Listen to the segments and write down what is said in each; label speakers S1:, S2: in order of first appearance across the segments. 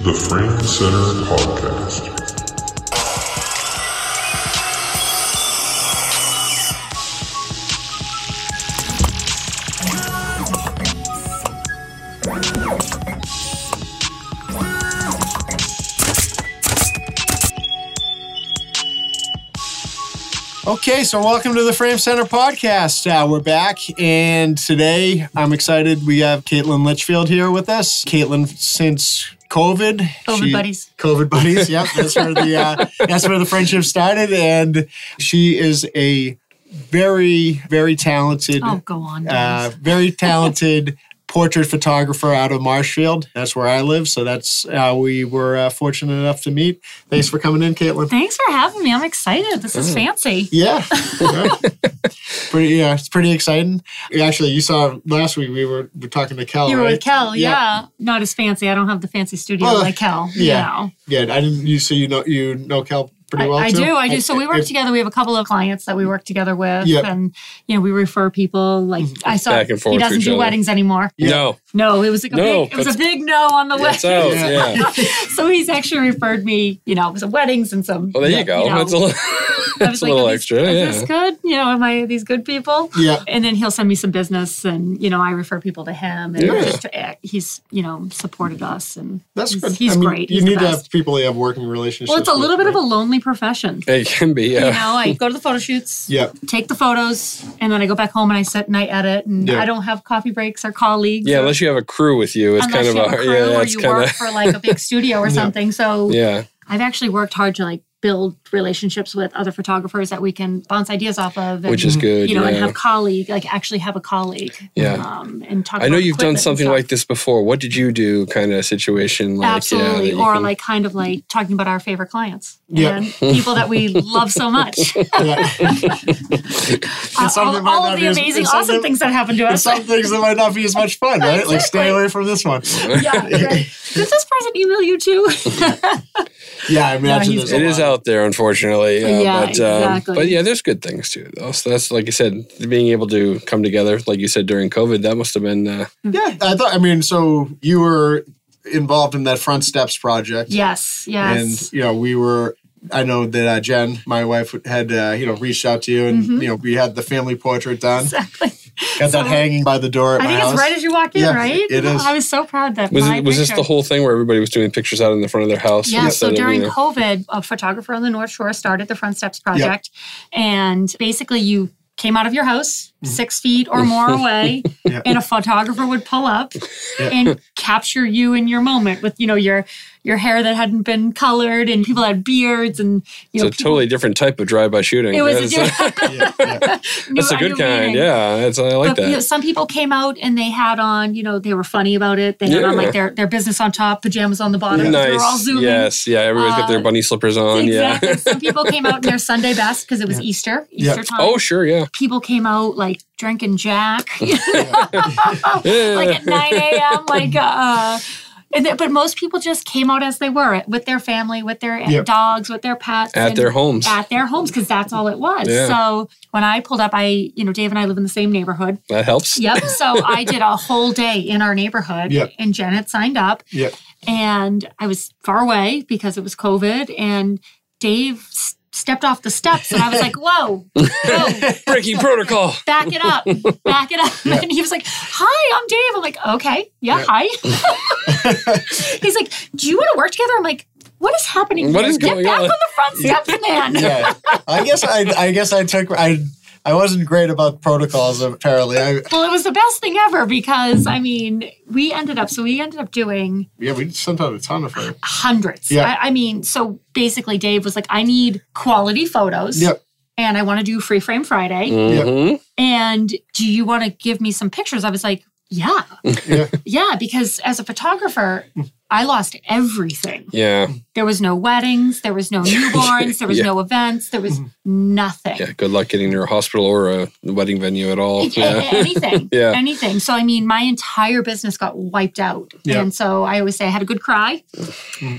S1: The Frame Center Podcast.
S2: Okay, so welcome to the Frame Center podcast. Uh, we're back, and today I'm excited. We have Caitlin Litchfield here with us. Caitlin, since COVID,
S3: COVID
S2: she-
S3: buddies.
S2: COVID buddies. Yep, that's where the uh, that's where the friendship started, and she is a very very talented
S3: Oh, go on.
S2: uh,
S3: Dennis.
S2: very talented portrait photographer out of Marshfield. That's where I live, so that's how we were uh, fortunate enough to meet. Thanks for coming in, Caitlin.
S3: Thanks for having me. I'm excited. This
S2: Mm.
S3: is fancy.
S2: Yeah. Yeah. pretty yeah, it's pretty exciting. Actually, you saw last week we were, we were talking to Cal.
S3: You were
S2: right?
S3: with Kel,
S2: Yeah.
S3: yeah. Not as fancy. I don't have the fancy studio
S2: Well,
S3: like Kel.
S2: yeah.
S3: Yeah.
S2: Yeah, I didn't you so you know you know Cal pretty well
S3: I, I
S2: too?
S3: do, I do. So we work
S2: If-
S3: together. We have a couple of clients that we work together with,
S2: Yep. Mm-hmm.
S3: and you know we refer people. Like I saw,
S4: Back and forth
S3: he
S4: to
S3: doesn't
S4: each
S3: do
S4: other.
S3: weddings anymore.
S2: Yeah.
S4: No,
S3: No, it was like a
S4: No,
S3: big, it was a
S4: that's-
S3: big no on the
S4: that's
S3: list.
S4: out.
S2: Yeah.
S4: Yeah.
S3: so he's actually referred me, you know, some weddings and some.
S4: Well, there
S2: Yeah,
S4: you go.
S3: you know,
S4: that's a little,
S3: I
S4: that's
S3: was
S4: a
S3: like,
S4: little
S3: are these-
S4: extra.
S3: Is
S4: Yeah.
S3: this good? You know, am I these good people?
S2: Yeah.
S3: and then he'll send me some business and you know i refer people to him and
S4: Yeah.
S3: just, uh, he's you know supported us and
S2: That's
S3: he's,
S2: good.
S3: he's
S2: I mean,
S3: great
S2: You
S3: he's
S2: need
S3: the
S2: to
S3: best.
S2: have people you have working relationships.
S3: well it's a little
S2: with,
S3: bit of a
S2: right?
S3: lonely profession
S4: It can be. Yeah.
S3: you know i go to the photo shoots
S2: Yeah.
S3: take the photos and then i go back home and i sit and i edit and
S2: Yeah.
S3: i don't have coffee breaks or colleagues
S4: yeah.
S3: or,
S4: Unless you have a crew with you, it's
S3: unless
S4: kind of
S3: you
S4: a
S3: have a crew
S4: yeah.
S3: or
S4: That's
S3: you work
S4: kind of
S3: for like a big studio or something so
S4: yeah.
S3: i've actually worked hard to like build relationships with other photographers that we can bounce ideas off of and,
S4: Which is good.
S3: you know and
S4: yeah.
S3: have colleague like actually have a colleague
S4: Yeah.
S3: um, and talk
S4: I know
S3: about
S4: you've
S3: equipment
S4: done
S3: and
S4: something
S3: stuff.
S4: like this before. What did you do? Kind of situation like
S3: Absolutely.
S4: yeah, that you
S3: or
S4: can-
S3: like kind of like talking about our favorite clients
S2: Yeah.
S3: and people that we love so much. Uh,
S2: Yeah. And some
S3: all
S2: that might
S3: all
S2: not
S3: of
S2: be
S3: the
S2: as-
S3: amazing,
S2: and some
S3: awesome
S2: that-
S3: things that happened to
S2: And
S3: us.
S2: some things that might not be as much fun, right? Like stay
S3: Exactly.
S2: away from this one.
S3: yeah. Right. Did this person email you too?
S2: Yeah, I imagine
S3: he's
S2: there's a
S4: it is
S2: lot.
S4: out there, unfortunately. uh,
S3: uh, Yeah,
S4: but, um,
S3: exactly.
S4: but yeah, there's good things too, though. So that's like you said, being able to come together, like you said during COVID, that must have been. Uh,
S2: Yeah, I thought. I mean, so you were involved in that Front Steps project,
S3: yes. Yes.
S2: and you know we were. I know that uh, Jen, my wife, had uh, you know reached out to you, and
S3: Mhm.
S2: you know we had the family portrait done.
S3: exactly.
S2: Got that
S3: So-
S2: hanging by the door at
S3: I
S2: my
S3: think
S2: house.
S3: it's right as you walk in,
S2: Yeah,
S3: right?
S2: it is.
S3: I was so proud that
S4: was
S3: my
S4: it, was this
S3: picture-
S4: the whole thing where everybody was doing pictures out in the front of their house?
S3: Yeah, so
S4: instead of, you
S3: during
S4: know-
S3: COVID, a photographer on the North Shore started the Front Steps Project. And basically, you came out of your house
S4: Mm-hmm.
S3: six feet or more away,
S2: Yeah.
S3: and a photographer would pull up
S2: Yeah.
S3: and capture you in your moment with, you know, your your hair that hadn't been colored and people had beards and, you
S4: It's
S3: know,
S4: a totally different type of drive-by shooting.
S3: it was
S4: That
S3: a
S4: is-
S3: different.
S2: Yeah, yeah.
S4: That's a good kind. Yeah, that's, I like
S3: But, you know,
S4: that.
S3: some people came out and they had on, you know, they were funny about it. They had on
S4: Yeah.
S3: like their, their business on top, pajamas on the bottom. 'cause They were all
S4: Nice.
S3: zooming.
S4: Yes. Yeah. Everybody's got their
S3: Uh,
S4: bunny slippers on.
S3: Exactly.
S4: Yeah.
S3: Some people came out in their Sunday best because it was Easter,
S2: Yeah.
S3: Easter time.
S4: oh, sure. Yeah.
S3: People came out like drinking Jack,
S4: Yeah.
S3: like at 9 a.m. Like, uh, and th- but most people just came out as they were with their family, with their
S2: Yeah.
S3: dogs, with their pets,
S4: at
S3: and-
S4: their homes.
S3: at their homes because that's all it was.
S4: Yeah.
S3: So when I pulled up, I, you know, Dave and I live in the same neighborhood.
S4: that helps.
S3: Yep. So I did a whole day in our neighborhood,
S2: Yep.
S3: and Janet signed up.
S2: Yep.
S3: And I was far away because it was COVID, and Dave s- stepped off the steps, and I was like, "Whoa, whoa,
S4: Breaking protocol.
S3: back it up, back it up!" And he was like, "Hi, I'm Dave." I'm like, "Okay, yeah,
S2: Yeah.
S3: hi." He's like, "Do you want to work together?" I'm like, "What is happening?
S4: What
S3: here?
S4: is
S3: Get
S4: going
S3: back
S4: on?"
S3: on the front steps, man."
S2: Yeah. I guess I, I guess I took I, I wasn't great about protocols apparently. I,
S3: Well, it was the best thing ever because I mean, we ended up so we ended up doing
S2: yeah, we sent out a ton of her.
S3: hundreds.
S2: Yeah.
S3: I, I mean, so basically, Dave was like, I need quality photos.
S2: Yep.
S3: And I want to do Free Frame Friday.
S4: Mhm.
S3: And do you want to give me some pictures? I was like, yeah.
S2: Yeah.
S3: Yeah. Because as a photographer, I lost everything.
S4: Yeah.
S3: There was no weddings, there was no newborns, there was
S4: Yeah.
S3: no events, there was
S2: Mm-hmm.
S3: nothing.
S4: Yeah, good luck getting near a hospital or a wedding venue at all.
S3: A- a-
S4: Yeah.
S3: Anything,
S4: Yeah.
S3: anything. So, I mean, my entire business got wiped out.
S2: Yeah. Mm-hmm.
S3: And so I always say I had a good cry.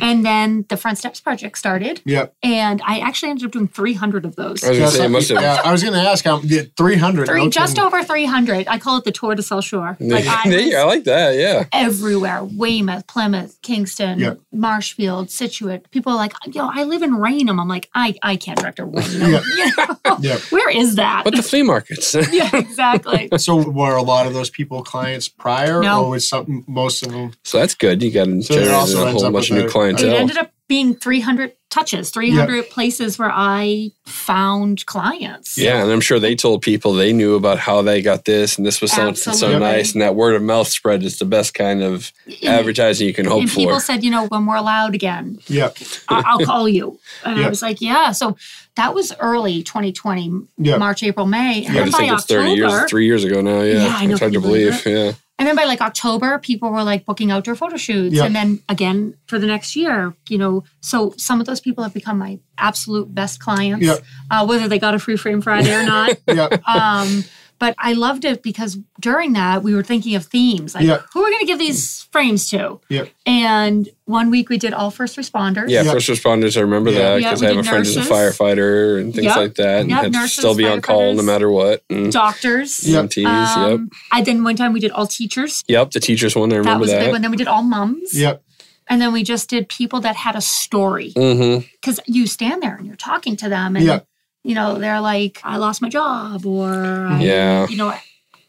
S3: And then the Front Steps Project started.
S2: Yep.
S3: And I actually ended up doing 300 of those.
S4: I was gonna say it must have.
S2: yeah, I was going to ask how yeah, 300.
S3: Three,
S2: no
S3: just
S2: kidding.
S3: over 300. I call it the tour to South Shore. Like I
S4: Yeah,
S3: was
S4: I like that. Yeah.
S3: everywhere Weymouth, Plymouth, Kingston,
S2: Yeah.
S3: Marshfield, Situate. People are like, yo, I live in Raynham. I'm like, I, I can't drive to Raynham.
S2: Yeah.
S3: You know?
S2: Yeah.
S3: Where is that?
S4: But the flea markets.
S3: yeah, exactly.
S2: So were a lot of those people clients prior,
S3: No.
S2: or was some most of them?
S4: so that's good. You got to
S2: So it
S4: generate
S2: also
S4: a
S2: ends
S4: whole
S2: up
S4: bunch of
S2: with
S4: new
S2: a-
S3: It
S4: clientele.
S3: ended up being 300 touches, 300 places where I found clients.
S4: Yeah, and I'm sure they told people they knew about how they got this and this was so, so
S3: Absolutely.
S4: nice. And that word of mouth spread is the best kind of
S3: And,
S4: advertising you can hope
S3: and people
S4: for.
S3: said, you know, when we're allowed again,
S2: Yeah,
S3: I- I'll call you. And
S2: Yeah.
S3: I was like, yeah. So that was early 2020,
S2: Yeah.
S3: March, April, May. And
S4: I
S3: then
S4: just
S3: by
S4: think it's 30 years,
S3: October-
S4: three years ago now. Yeah,
S3: Yeah, I know,
S4: it's
S3: can
S4: hard to
S3: you
S4: believe.
S3: believe
S4: Yeah,
S3: And then by like October, people were like booking outdoor photo shoots.
S2: Yeah.
S3: And then again for the next year, you know, so some of those people have become my absolute best clients,
S2: Yeah.
S3: uh, whether they got a free frame Friday or not.
S2: yeah,
S3: um, but I loved it because during that, we were thinking of themes like,
S2: Yeah.
S3: who are we going to give these frames to?
S2: yeah,
S3: And one week we did all first responders.
S4: yeah.
S2: Yeah.
S4: First responders, I remember
S2: Yeah.
S4: that
S3: Yeah,
S4: because
S3: we
S4: I have a
S3: did
S4: friend who's a
S3: nurses.
S4: firefighter and things
S3: Yep.
S4: like that, and
S3: Yep,
S4: had to
S3: nurses,
S4: still be on call no
S3: firefighters.
S4: matter what. And
S3: Doctors.
S2: Yeah.
S4: EMTs, yep,
S3: Um, I then one time we did all teachers.
S4: yep. The teachers one, I
S3: That
S4: remember
S3: was a big
S4: that.
S3: one. Then we did all mums.
S2: yeah,
S3: And then we just did people that had a story.
S4: Mm-hmm.
S3: because you stand there and you're talking to them and
S2: Yeah.
S3: you know they're like i lost my job or I-
S4: Yeah.
S3: you know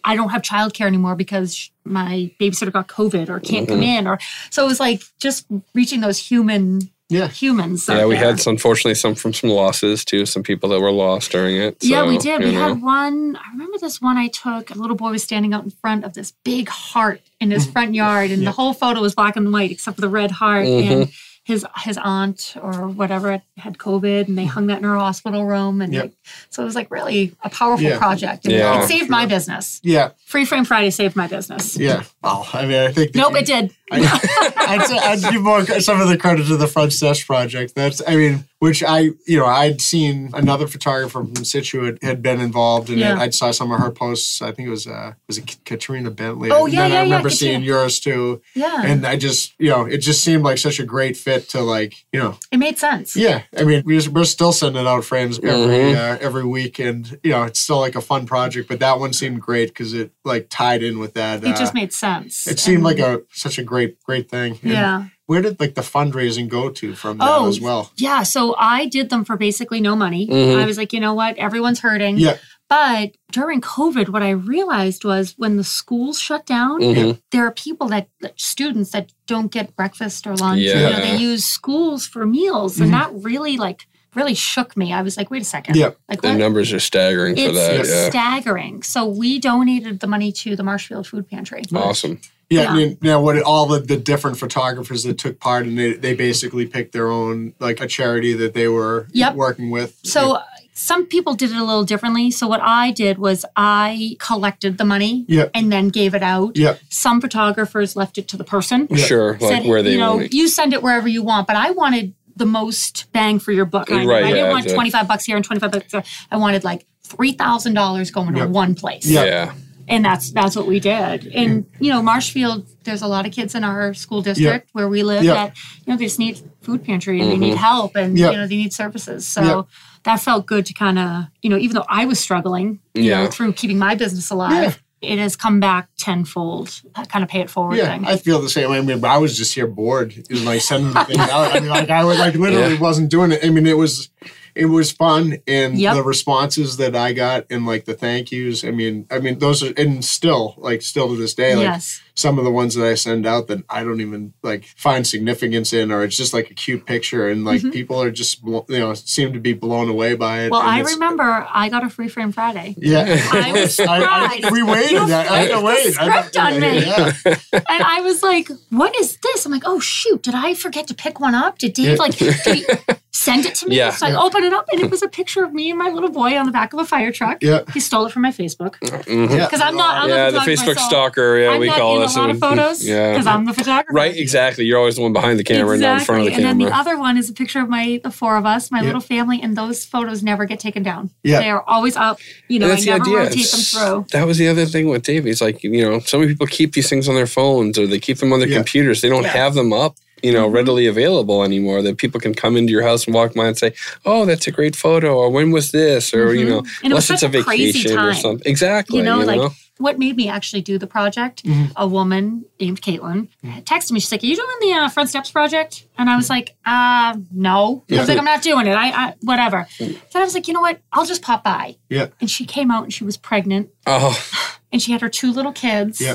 S3: i don't have childcare anymore because sh- my babysitter got covid or can't come
S4: Mm-hmm.
S3: in or so it was like just reaching those human
S2: yeah.
S3: humans out
S4: Yeah, we
S3: there.
S4: had some, unfortunately some from some losses too. Some people that were lost during it.
S3: yeah, we
S4: so,
S3: did.
S4: you
S3: We
S4: know.
S3: had one. I remember this one I took. A little boy was standing out in front of this big heart in his front yard, and
S2: Yeah.
S3: the whole photo was black and white except for the red heart.
S4: Mm-hmm.
S3: And his his aunt or whatever had COVID, and they hung that in her hospital room. And
S2: Yeah.
S3: like, so it was like really a powerful
S2: Yeah.
S3: project. And
S4: Yeah.
S3: it saved my business.
S2: Yeah,
S3: Free Frame Friday saved my business.
S2: yeah. Well, I mean, I think that
S3: Nope,
S2: you-
S3: it did.
S2: I, I'd, say- I'd give more some of the credit to the Front Steps Project. That's, I mean, which I, you know, I'd seen another photographer from Situate had been involved in
S3: Yeah.
S2: it. I'd saw some of her posts. I think it was, uh, was it Katrina Bentley?
S3: Oh,
S2: And
S3: yeah,
S2: then
S3: yeah,
S2: I
S3: yeah,
S2: remember
S3: Katrina.
S2: seeing yours too.
S3: Yeah,
S2: And I just, you know, it just seemed like such a great fit to like, you know,
S3: it made sense.
S2: yeah. I mean, we just, we're still sending out frames every
S4: Mhm.
S2: uh, every week, and you know, it's still like a fun project. But that one seemed great because it like tied in with that.
S3: It just
S2: uh,
S3: made sense.
S2: it seemed
S3: And-
S2: like a such a great great thing. And
S3: yeah.
S2: Where did like the fundraising go to from that
S3: Oh.
S2: as well?
S3: Yeah, so I did them for basically no money.
S4: Mhm.
S3: I was like, you know what? Everyone's hurting.
S2: Yeah.
S3: But during COVID, what I realized was when the schools shut down,
S4: Mhm.
S3: there are people that, that- students that don't get breakfast or lunch. You
S4: Yeah. Mm-hmm.
S3: know, they use schools for meals, and that really like really shook me. I was like, wait a second.
S2: Yeah.
S3: Like
S4: The
S3: what?
S4: numbers are staggering for
S3: It's
S4: that. Yeah,
S3: staggering. So we donated the money to the Marshfield Food Pantry.
S4: awesome.
S2: Yeah,
S3: Yeah.
S2: I mean, now what all the, the different photographers that took part and they, they basically picked their own like a charity that they were
S3: Yep.
S2: working with.
S3: So uh, some people did it a little differently. So what I did was I collected the money
S2: Yeah.
S3: and then gave it out.
S2: yeah,
S3: Some photographers left it to the person.
S2: Yeah.
S4: Sure, like
S3: Said,
S4: where they
S3: you know,
S4: want it.
S3: you send it wherever you want, but I wanted the most bang for your buck. I,
S4: Right,
S3: I didn't
S4: yeah,
S3: want
S4: yeah.
S3: 25 bucks here and 25 bucks there. I wanted like $3,000 going
S2: Yeah.
S3: to one place.
S2: Yeah.
S4: Yeah.
S3: And that's that's what we did. And you know, Marshfield, there's a lot of kids in our school district where we live
S2: Yeah. Mm-hmm.
S3: that you know they just need food pantry and they need help and
S2: Yeah.
S3: you know they need services. So
S2: Yeah.
S3: that felt good to kind of you know even though I was struggling you
S4: Yeah.
S3: know through keeping my business alive, it has come back tenfold. That kind of pay it forward
S2: yeah,
S3: thing.
S2: I feel the same. I mean, I was just here bored, It was like sending the thing out. I mean, like I was like literally
S4: Yeah.
S2: wasn't doing it. I mean, it was it was fun, and
S3: Yep.
S2: the responses that I got and like the thank yous. I mean, I mean those are and still like still to this day, like
S3: yes.
S2: some of the ones that I send out that I don't even like find significance in, or it's just like a cute picture, and like people are just blo- you know seem to be blown away by it.
S3: Mm-hmm. Well,
S2: and
S3: I
S2: it's-
S3: remember I got a free frame Friday.
S2: Yeah,
S3: I was
S2: I, I,
S3: surprised.
S2: we waited.
S3: You
S2: I, I had to
S3: flipped
S2: wait.
S3: the
S2: I-
S3: script on me.
S2: Yeah,
S3: And I was like, what is this? I'm like, oh shoot, did I forget to pick one up? Did
S2: Yeah.
S3: Dave like did he send it to me?
S4: Yeah.
S3: So I open it up and it was a picture of me and my little boy on the back of a fire truck.
S2: Yeah.
S3: He stole it from my Facebook.
S4: Mhm.
S2: yeah.
S3: Because I'm not I'm
S4: Yeah,
S3: a
S4: the
S3: photographer,
S4: Facebook
S3: so
S4: stalker. Yeah,
S3: I'm
S4: we
S3: not
S4: call us,
S3: a lot of
S4: it would-
S3: photos
S4: yeah.
S3: because I'm the photographer.
S4: Right, exactly. You're always the one behind the camera,
S3: exactly.
S4: not in front of the
S3: and
S4: camera.
S3: then the other one is a picture of my the four of us, my
S2: Yeah.
S3: little family, and those photos never get taken down.
S2: Yeah.
S3: They are always up. You know,
S4: And
S3: I never rotate them
S4: It's-
S3: through.
S4: That was the other thing with Dave. He's like, you know, so many people keep these things on their phones or they keep them on their
S2: Yeah.
S4: computers. They don't
S2: Yeah.
S4: have them up, you know,
S3: Mhm.
S4: readily available anymore. That people can come into your house and walk by and say, "Oh, that's a great photo," or "When was this?" or you
S3: Mhm.
S4: know,
S3: And it was
S4: unless it's a
S3: such a crazy
S4: vacation or
S3: time.
S4: something. Exactly.
S3: You know, like what made me actually do the project, a woman named Caitlin texted me. She's like, "Are you doing the uh, front steps project?" And I was like, "Uh, no." I
S2: Yeah.
S3: was like, "I'm not doing it. I, I whatever." Then I was like, "You know what? I'll just pop by."
S2: Yeah.
S3: And she came out and she was pregnant,
S4: oh,
S3: and she had her two little kids.
S2: Yeah.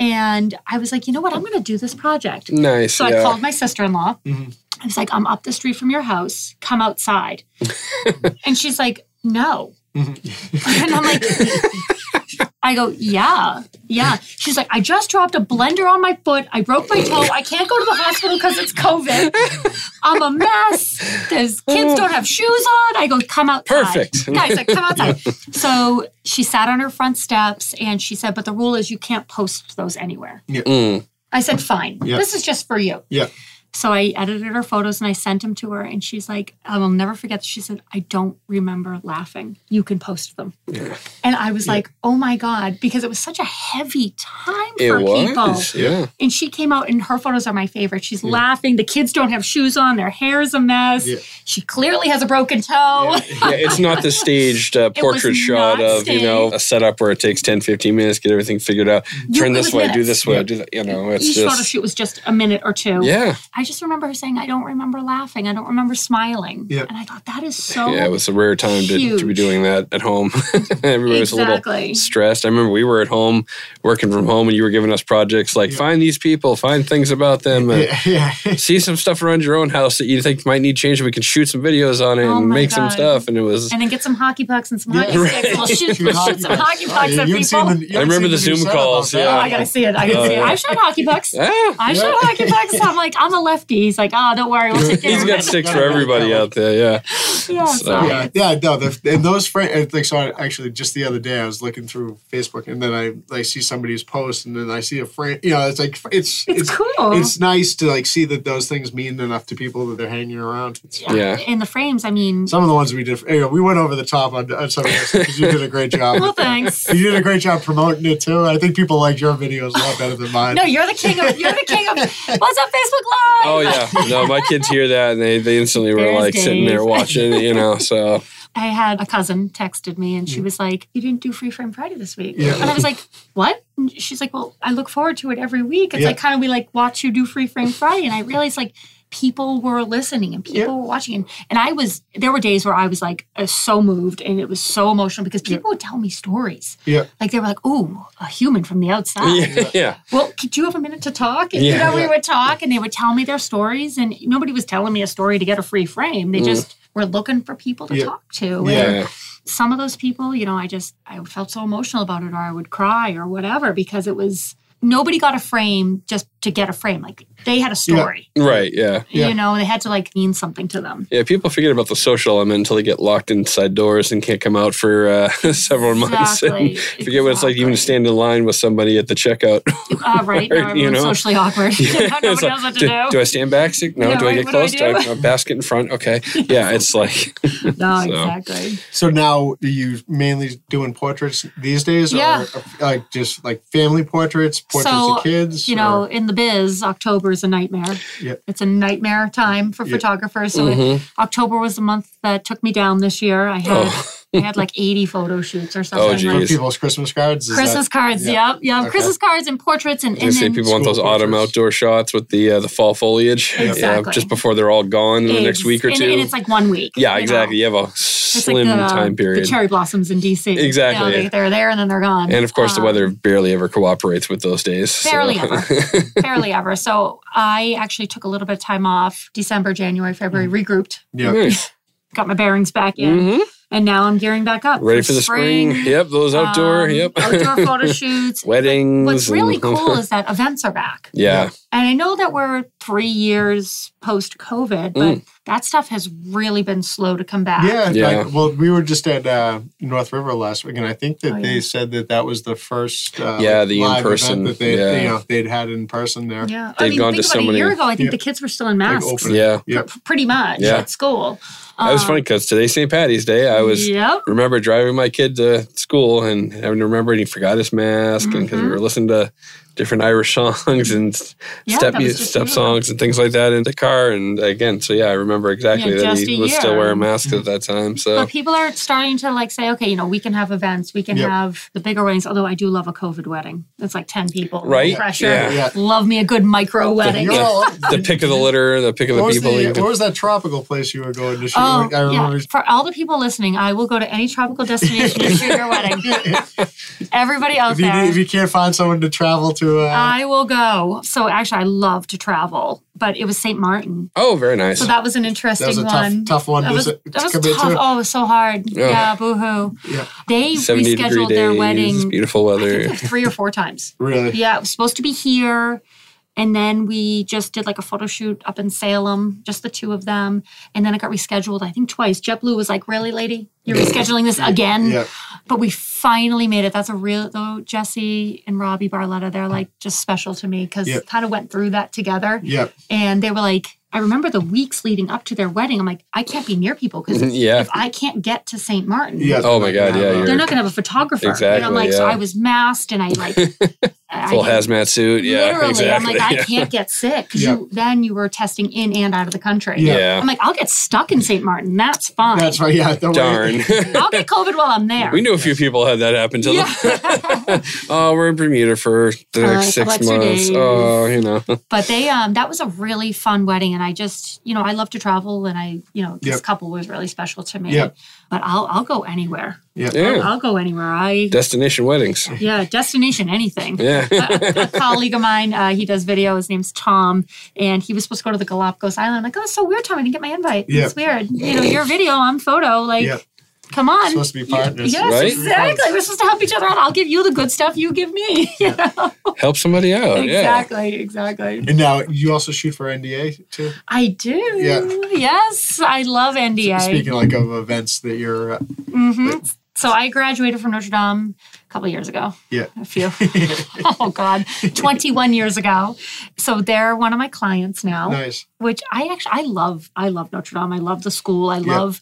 S3: And I was like, "You know what? I'm going to do this project."
S4: nice.
S3: So
S4: yeah.
S3: I called my sister in law.
S2: Mhm.
S3: I was like, I'm up the street from your house. Come outside. and she's like, No. and I'm like, I go, Yeah, yeah. She's like, I just dropped a blender on my foot. I broke my toe. I can't go to the hospital because it's COVID. I'm a mess. There's kids don't have shoes on. I go, Come outside.
S4: Perfect.
S3: Guys, like, come outside. so she sat on her front steps and she said, But the rule is you can't post those anywhere.
S4: Mm.
S3: I said, fine.
S2: Yeah.
S3: This is just for you.
S2: Yeah.
S3: So I edited her photos and I sent them to her. And she's like, I will never forget. She said, I don't remember laughing. You can post them. And I was like, oh my God, because it was such a heavy time
S4: It
S3: for people.
S4: was. Yeah.
S3: And she came out, and her photos are my favorite. She's laughing. The kids don't have shoes on. Their hair's a mess.
S2: Yeah.
S3: She clearly has a broken toe.
S2: Oh.
S4: yeah, it's not the staged uh,
S3: was
S4: portrait shot
S3: not
S4: of, you know,
S3: staged.
S4: a setup where it takes 10, 15 minutes, get everything figured out.
S3: You-
S4: Turn
S3: it
S4: this
S3: was
S4: way, do
S3: minutes.
S4: this way,
S2: Yeah.
S4: do that. You know, it's
S3: Each photo
S4: just.
S3: shoot was just a minute or two.
S4: Yeah.
S3: I just remember her saying, I don't remember laughing. I don't remember smiling.
S2: Yeah.
S3: And I thought, that is so
S4: Yeah, it was a rare time to, to be
S3: huge.
S4: doing that at home. Everybody was a little
S3: Exactly.
S4: stressed. I remember we were at home working from home and you were giving us projects like find these people, find things about them, and
S2: yeah.
S4: see some stuff around your own house that you think might need change. and We can shoot some videos on it
S3: Oh
S4: and
S3: my
S4: make some
S3: God.
S4: stuff. And it was.
S3: and then get some hockey pucks and some hockey
S2: Yeah,
S3: sticks. We'll shoot,
S2: Two
S3: we'll
S2: hockey
S3: shoot some
S2: pucks.
S3: hockey pucks
S2: Yeah,
S3: at
S2: you've seen
S3: people.
S2: the- you've
S4: I remember
S2: seen
S4: the
S2: new
S4: Zoom
S2: setup
S4: calls,
S2: out
S3: Oh,
S2: there.
S4: yeah.
S3: I gotta see it. I gotta
S4: Oh,
S3: see it.
S4: yeah.
S3: I shot hockey pucks.
S4: ah,
S3: I
S2: Yeah.
S3: shot hockey pucks. I'm like, I'm a lefty. He's like, oh, don't worry, we'll take care
S4: he's
S3: of
S4: got
S3: it.
S4: sticks for everybody out there. Yeah.
S3: yeah, I'm
S4: so-
S3: sorry.
S2: Yeah, yeah, no, the, and those friends. Like, so I, actually, just the other day, I was looking through Facebook, and then I I see somebody's post, and then I see a friend. You know, it's like it's
S3: It's cool.
S2: It's nice to like see that those things mean enough to people that they're hanging around. It's-
S4: Yeah.
S3: In the frames, I mean,
S2: Some of the ones we did, you know, we went over the top on, on some of this because you did a great job.
S3: well, thanks.
S2: You did a great job promoting it too. I think people liked your videos a lot better than mine.
S3: No, you're the king of. You're the king of. What's up, Facebook Live?
S4: Oh yeah, no, my kids hear that and they, they instantly were
S3: There's
S4: like sitting there
S3: Dave.
S4: watching, you know. So
S3: I had a cousin texted me and she was like, You didn't do Free Frame Friday this week.
S2: Mm. Yeah.
S3: And I was like, What? And she's like, Well, I look forward to it every week. It's
S2: Yeah.
S3: like kind of we like watch you do Free Frame Friday. And I realized like people were listening and people
S2: Yeah.
S3: were watching. And, and I was, there were days where I was like uh, so moved and it was so emotional because people would tell me stories.
S2: Yeah.
S3: Like they were like, Ooh, a human from the outside
S4: yeah, yeah,
S3: well, could you have a minute to talk? And,
S4: Yeah.
S3: you know, we would talk and they would tell me their stories and nobody was telling me a story to get a free frame. They just were looking for people to
S2: Mm. Yeah.
S3: talk to.
S2: Yeah.
S3: And some of those people, you know, I just, I felt so emotional about it or I would cry or whatever because it was, nobody got a frame just to get a frame. Like they had a story,
S4: right, yeah,
S2: Yeah.
S3: you know, they had to like mean something to them.
S4: yeah. People forget about the social element until they get locked inside doors and can't come out for uh, several months.
S3: Exactly.
S4: And forget what it's like even to
S3: Exactly.
S4: stand in line with somebody at the checkout.
S3: Uh, right. Now
S4: You
S3: everyone's
S4: know?
S3: socially awkward. You know,
S4: It's
S3: nobody
S4: like,
S3: knows what to
S4: do,
S3: do.
S4: do I stand back? Si- No.
S3: Yeah,
S4: do I
S3: right,
S4: get
S3: what do I
S4: close? Do I,
S3: do?
S4: a basket in front? Okay. Yeah, it's like
S3: no,
S4: so.
S3: exactly.
S2: So now, are you mainly doing portraits these days,
S3: Yeah.
S2: or like just like family portraits, portraits
S3: So,
S2: of kids?
S3: you know, in the biz, October is a nightmare.
S2: Yeah.
S3: It's a nightmare time for
S2: Yeah.
S3: photographers. So
S4: mhm.
S3: October was the month that took me down this year. I had
S4: Oh.
S3: I had like 80 photo shoots or something.
S2: or
S3: like
S4: geez.
S2: people's Christmas cards. Is that-
S3: Christmas cards,
S2: yeah.
S3: yep, yep.
S2: Okay.
S3: Christmas cards and portraits and,
S4: they
S3: and
S4: say
S3: then
S4: people want those
S2: School
S4: autumn
S2: portraits.
S4: outdoor shots with the uh, the fall foliage.
S3: Exactly.
S4: just before they're all gone in the next
S3: eggs.
S4: week or
S3: and,
S4: two.
S3: And it's like one week. you
S4: yeah,
S3: know.
S4: exactly. You have a
S3: It's
S4: slim
S3: like the, uh,
S4: time period.
S3: The cherry blossoms in DC. You know,
S4: Exactly.
S3: they, they're there and then they're gone.
S4: And of course, the
S3: Um,
S4: weather barely ever cooperates with those days. so-
S3: Barely ever. barely ever. So I actually took a little
S4: Mm.
S3: bit of time off December, January, February, regrouped,
S2: Yeah.
S4: Nice.
S3: got my bearings back in.
S4: Mhm.
S3: And now I'm gearing back up.
S4: Ready for the spring. Yep, those outdoor.
S3: um,
S4: yep.
S3: outdoor photo shoots.
S4: Weddings.
S3: What's really
S4: and-
S3: cool is that events are back.
S4: yeah.
S3: And I know that we're three years post COVID,
S4: Mm.
S3: but that stuff has really been slow to come back.
S2: Yeah,
S4: Yeah.
S2: like, well, we were just at uh, North River last week, and I think that
S3: Oh, yeah.
S2: they said that that was the first uh,
S4: Yeah, the
S2: live event
S4: in-person,
S2: that they
S4: yeah.
S2: you know, they'd had in person there.
S3: Yeah. I
S4: They've
S3: mean,
S4: gone
S3: think
S4: to
S3: about
S4: so
S3: a year
S4: many-
S3: ago, I think
S2: Yeah.
S3: the kids were still in
S2: Like oh.
S3: masks.
S2: open-
S4: Yeah.
S2: Yeah.
S3: pr- pretty much
S4: Yeah.
S3: at school.
S4: That was
S3: Um,
S4: funny because today's St. Patty's Day. I was uh,
S3: Yep.
S4: remember driving my kid to school and having to remember he forgot his mask and because we
S3: Mhm.
S4: were listening to different Irish songs and s-
S3: Yeah,
S4: step
S3: that was just
S4: step
S3: weird.
S4: songs and things like that in the car and again so yeah I remember exactly
S3: Yeah,
S4: that
S3: just
S4: he
S3: a
S4: was still
S3: year.
S4: wearing masks at that time so
S3: But people are starting to like say, okay, you know, we can have events, we can
S2: Yep.
S3: have the bigger weddings. Although I do love a COVID wedding. It's like ten people, no
S4: Right?
S3: Pressure.
S4: Yeah.
S2: Yeah.
S3: Love me a good micro wedding.
S2: You're all-
S4: the pick of the litter the pick of the
S2: what, was
S4: people
S2: the,
S4: you could-
S2: what was that tropical place you were going to shoot?
S3: Oh,
S2: I remember.
S3: yeah. For all the people listening, I will go to any tropical destination to shoot your wedding. Everybody out
S2: If you,
S3: there.
S2: if you can't find someone to travel to, uh,
S3: I will go. So actually, I love to travel, but it was St. Martin.
S4: oh very nice
S3: So that was an interesting
S2: that was a tough,
S3: one.
S2: tough one
S3: That
S2: to,
S3: was,
S2: s-
S3: that
S2: to
S3: was
S2: commit
S3: tough.
S2: to.
S3: Oh, it was so hard.
S4: Yeah.
S3: Yeah, boohoo.
S2: Yeah,
S3: They
S4: 70 degree
S3: rescheduled
S4: days
S3: their wedding
S4: beautiful weather
S3: three or four times.
S2: really.
S3: Yeah, it was supposed to be here. And then we just did like a photo shoot up in Salem, just the two of them. And then it got rescheduled, I think twice. JetBlue was like, Really, lady? You're rescheduling this again?
S2: Yeah.
S3: But we finally made it. That's a real, though, Jesse and Robbie Barletta, they're like just special to me because
S2: Yep.
S3: kind of went through that together.
S2: Yeah.
S3: And they were like, I remember the weeks leading up to their wedding. I'm like, I can't be near people because
S4: yeah
S3: if I can't get to St. Martin,
S2: Yeah.
S4: Oh my God, yeah,
S3: they're
S4: you're-
S3: not going to have a photographer. and I'm
S4: Exactly,
S3: like, so
S4: yeah.
S3: I was masked and I like, I
S4: full
S3: didn't-
S4: hazmat suit yeah
S3: literally,
S4: exactly
S3: I'm like,
S4: yeah.
S3: I can't get sick because
S2: Yeah.
S3: you then you were testing in and out of the country.
S2: Yeah.
S4: Yeah.
S3: I'm like, I'll get stuck in St. Martin. That's fine.
S2: That's right. Yeah. Don't worry.
S4: darn
S3: I'll get COVID while I'm there.
S4: we knew a few people had that happen to them
S3: Yeah.
S4: oh we're in Bermuda for the
S3: Uh,
S4: next
S3: a couple
S4: six
S3: extra
S4: months
S3: days.
S4: oh you know
S3: but they um that was a really fun wedding and I just, you know, I love to travel and I, you know, this
S2: Yep.
S3: couple was really special to me.
S2: Yep.
S3: But I'll I'll go anywhere.
S4: yeah
S3: I'll go anywhere. I
S4: destination weddings.
S3: yeah, destination anything.
S4: Yeah.
S3: a, a colleague of mine, uh, he does video. His name's Tom, and he was supposed to go to the Galapagos Island. Like, oh, it's so weird, Tom. I didn't get my invite.
S2: Yeah.
S3: It's weird. You know, your video, I'm photo. Like,
S2: Yeah.
S3: come on.
S2: Supposed to be partners.
S3: yes,
S4: Right?
S3: exactly. We're supposed to help each other out. I'll give you the good stuff. You give me. You know?
S4: Help somebody out.
S3: exactly. Exactly.
S2: And now you also shoot for NDA too.
S3: I do.
S2: Yeah.
S3: Yes, I love NDA.
S2: Speaking like of events that you're, uh,
S3: hmm So I graduated from Notre Dame a couple of years ago.
S2: yeah.
S3: a few. oh God, 21 years ago. So they're one of my clients now,
S2: Nice.
S3: which I actually I love. I love Notre Dame. I love the school. I
S2: Yeah.
S3: love.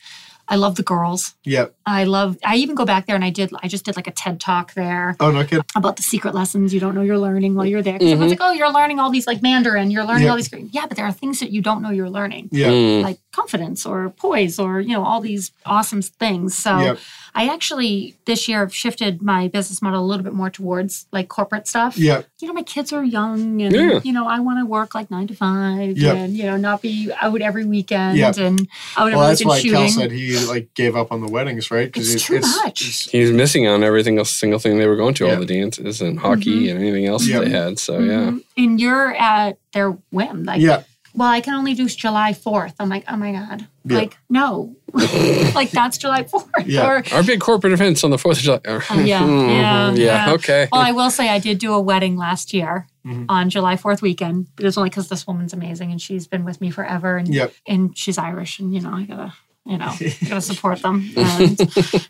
S3: I love the girls.
S2: Yeah.
S3: I love. I even go back there and I did. I just did like a TED talk there
S2: Oh no kidding.
S3: about the secret lessons you don't know you're learning while you're there. Because everyone's like, oh, you're learning all these like Mandarin. You're learning
S2: Yeah.
S3: all these. great-" Yeah, but there are things that you don't know you're learning.
S2: Yeah.
S4: Mm.
S3: Like confidence or poise or you know all these awesome things. So
S2: Yeah.
S3: I actually this year have shifted my business model a little bit more towards like corporate stuff
S2: Yeah.
S3: you know, my kids are young and,
S4: Yeah.
S3: you know, I want to work like nine to five
S2: Yeah.
S3: and, you know, not be out every weekend
S2: Yeah.
S3: and out
S2: Well, that's
S3: every weekend
S2: why Cal
S3: shooting.
S2: said he like gave up on the weddings, right?
S3: It's too much.
S4: He was missing on everything else, single thing they were going to,
S2: Yeah.
S4: all the dances and hockey
S3: Mm-hmm.
S4: and anything else
S2: oh, Yeah.
S4: that they had. So yeah.
S3: Mhm. And you're at their whim. Like,
S2: yeah.
S3: well, I can only do July 4th. I'm like, oh my God.
S2: Yeah.
S3: Like, no. like, that's July 4th.
S2: Yeah.
S3: Or,
S4: Our big corporate events on the Fourth of July.
S3: Oh, yeah,
S4: Mhm.
S3: yeah, yeah.
S4: Okay.
S3: well, Oh, I will say I did do a wedding last year
S2: Mhm.
S3: on July 4th weekend, but it was only because this woman's amazing and she's been with me forever. And
S2: Yep.
S3: and she's Irish, and you know, I gotta, you know, gotta support them. And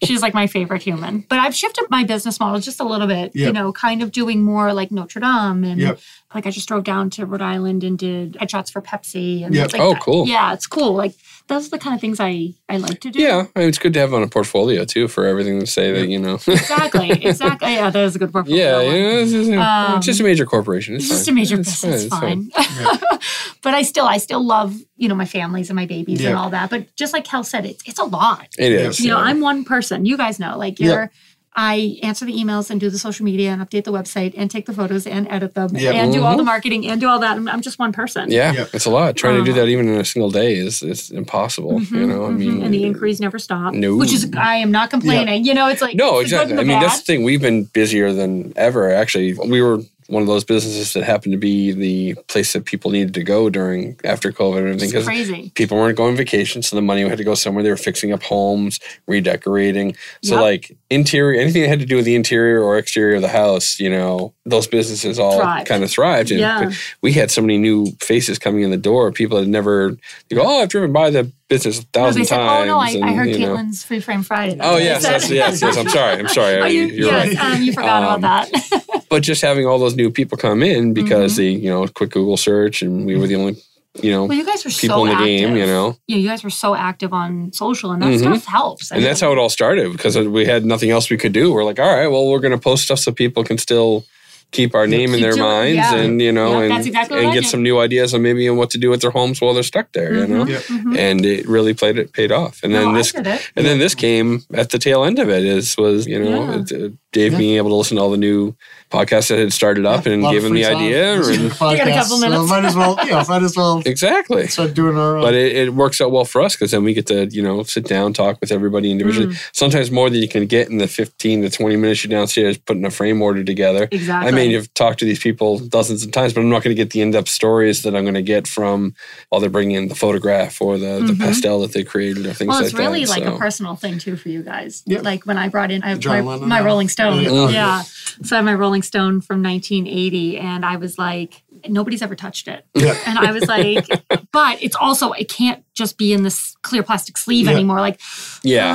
S3: she's like my favorite human. But I've shifted my business model just a little bit, you
S2: Yep.
S3: know, kind of doing more like Notre Dame and
S2: Yep.
S3: like I just drove down to Rhode Island and did headshots for Pepsi and
S2: Yep.
S3: like
S4: Oh,
S3: that.
S4: cool.
S3: Yeah, it's cool. Like those are the kind of things I I like to do.
S4: yeah. I mean, it's good to have on a portfolio too for everything to say that you know.
S3: exactly, exactly. Yeah, that is a good word. for
S4: yeah,
S3: that one.
S4: yeah. It's just, you know,
S3: Um,
S4: just a major corporation. It's,
S3: It's just a
S4: fine.
S3: major
S4: It's
S3: piss.
S4: fine,
S3: It's
S4: it's
S3: fine. but I still, I still love, you know, my families and my babies and
S2: Yeah.
S3: all that. But just like Kel said, it's it's a lot.
S4: It is.
S3: you know,
S4: yeah.
S3: I'm one person. You guys know, like
S2: Yeah.
S3: you're. I answer the emails and do the social media and update the website and take the photos and edit them
S2: Yeah.
S3: and do all the marketing and do all that. I'm, I'm just one person.
S4: Mm-hmm. yeah,
S2: Yeah.
S4: it's a lot. Trying to do that even in a single day is it's impossible. you know, I
S3: Mhm.
S4: mean,
S3: and the inquiries never stop.
S4: No.
S3: Which is, I am not complaining. You know, it's like
S4: No,
S3: it's the good
S4: exactly.
S3: and
S4: I
S3: the
S4: mean, that's
S3: bad.
S4: the thing. We've been busier than ever. Actually, we were one of those businesses that happened to be the place that people needed to go during after COVID and everything
S3: It's
S4: because
S3: crazy.
S4: people weren't going on vacation, so the money had to go somewhere. They were fixing up homes, redecorating. So
S3: Yep.
S4: like interior, anything that had to do with the interior or exterior of the house, you know, those businesses all
S3: Thrived.
S4: kind of thrived. And
S3: Yeah.
S4: we had so many new faces coming in the door. People had never they go, oh, I've driven by the business a
S3: No,
S4: thousand
S3: they said,
S4: times.
S3: oh no, I, I
S4: and,
S3: heard
S4: you know.
S3: Caitlin's Free Frame Friday.
S4: Oh
S3: They
S4: yes,
S3: said-
S4: yes, yes, yes. I'm sorry. I'm sorry.
S3: Oh,
S4: I-
S3: you,
S4: you're right
S3: yes, um, you forgot
S4: Um,
S3: about that.
S4: but just having all those new people come in because
S3: Mm-hmm.
S4: they, you know, quick Google search and we were the only, you know,
S3: well, you guys were
S4: people
S3: so
S4: in the
S3: active.
S4: game, you know,
S3: Yeah, you guys were so active on social, and that
S4: Mhm.
S3: stuff helps. I
S4: and
S3: mean,
S4: that's how it all started because we had nothing else we could do. We're like, all right, well, we're going to post stuff so people can still keep our name in
S3: Keep
S4: their
S3: doing-
S4: minds
S3: yeah.
S4: and, you know,
S3: Yep,
S4: and,
S3: that's exactly what
S4: and
S3: I
S4: get
S3: did.
S4: some new ideas on maybe on what to do with their homes while they're stuck there, you know,
S3: Mhm,
S2: Yeah.
S3: mhm.
S4: and it really played it paid off. And then
S3: No, I
S4: this,
S3: did it.
S4: And then this came at the tail end of it is was you know
S3: Yeah.
S4: it, uh, Dave
S2: Yeah.
S4: being able to listen to all the new podcasts that had started up and
S2: A lot
S4: gave
S2: of
S4: him
S2: free
S4: the
S2: time.
S4: idea
S2: Listen to
S4: and
S2: podcasts,
S3: We got a couple
S2: so
S3: minutes.
S2: might as well, you know, might as well
S4: exactly.
S2: start doing our own.
S4: But it, it works out well for us because then we get to you know sit down talk with everybody individually.
S3: Mm.
S4: Sometimes more than you can get in the fifteen to twenty minutes you're downstairs putting a frame order together.
S3: Exactly.
S4: I mean, you've talked to these people dozens of times, but I'm not going to get the in-depth stories that I'm going to get from while they're bringing in the photograph or the, the
S3: Mhm.
S4: pastel that they created or things
S3: well,
S4: like
S3: it's really
S4: that.
S3: like
S4: so.
S3: a personal thing too for you guys.
S2: Yeah.
S3: Like when I brought in I have
S2: John
S3: my,
S2: Lennon.
S3: my Rolling Stone.
S2: Yeah. Oh,
S3: Yeah.
S2: yeah.
S3: So I have my Rolling Stone from 1980, and I was like, nobody's ever touched it.
S2: Yeah.
S3: And I was like, but it's also it can't just be in this clear plastic sleeve
S2: Yeah.
S3: anymore. Like,
S4: yeah,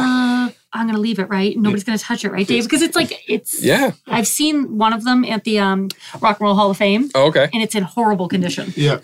S3: uh, I'm gonna leave it right. Nobody's gonna touch it, right, Dave? Because it's like it's.
S4: yeah.
S3: I've seen one of them at the um, Rock and Roll Hall of Fame.
S4: Oh, okay.
S3: And it's in horrible condition.
S2: yeah,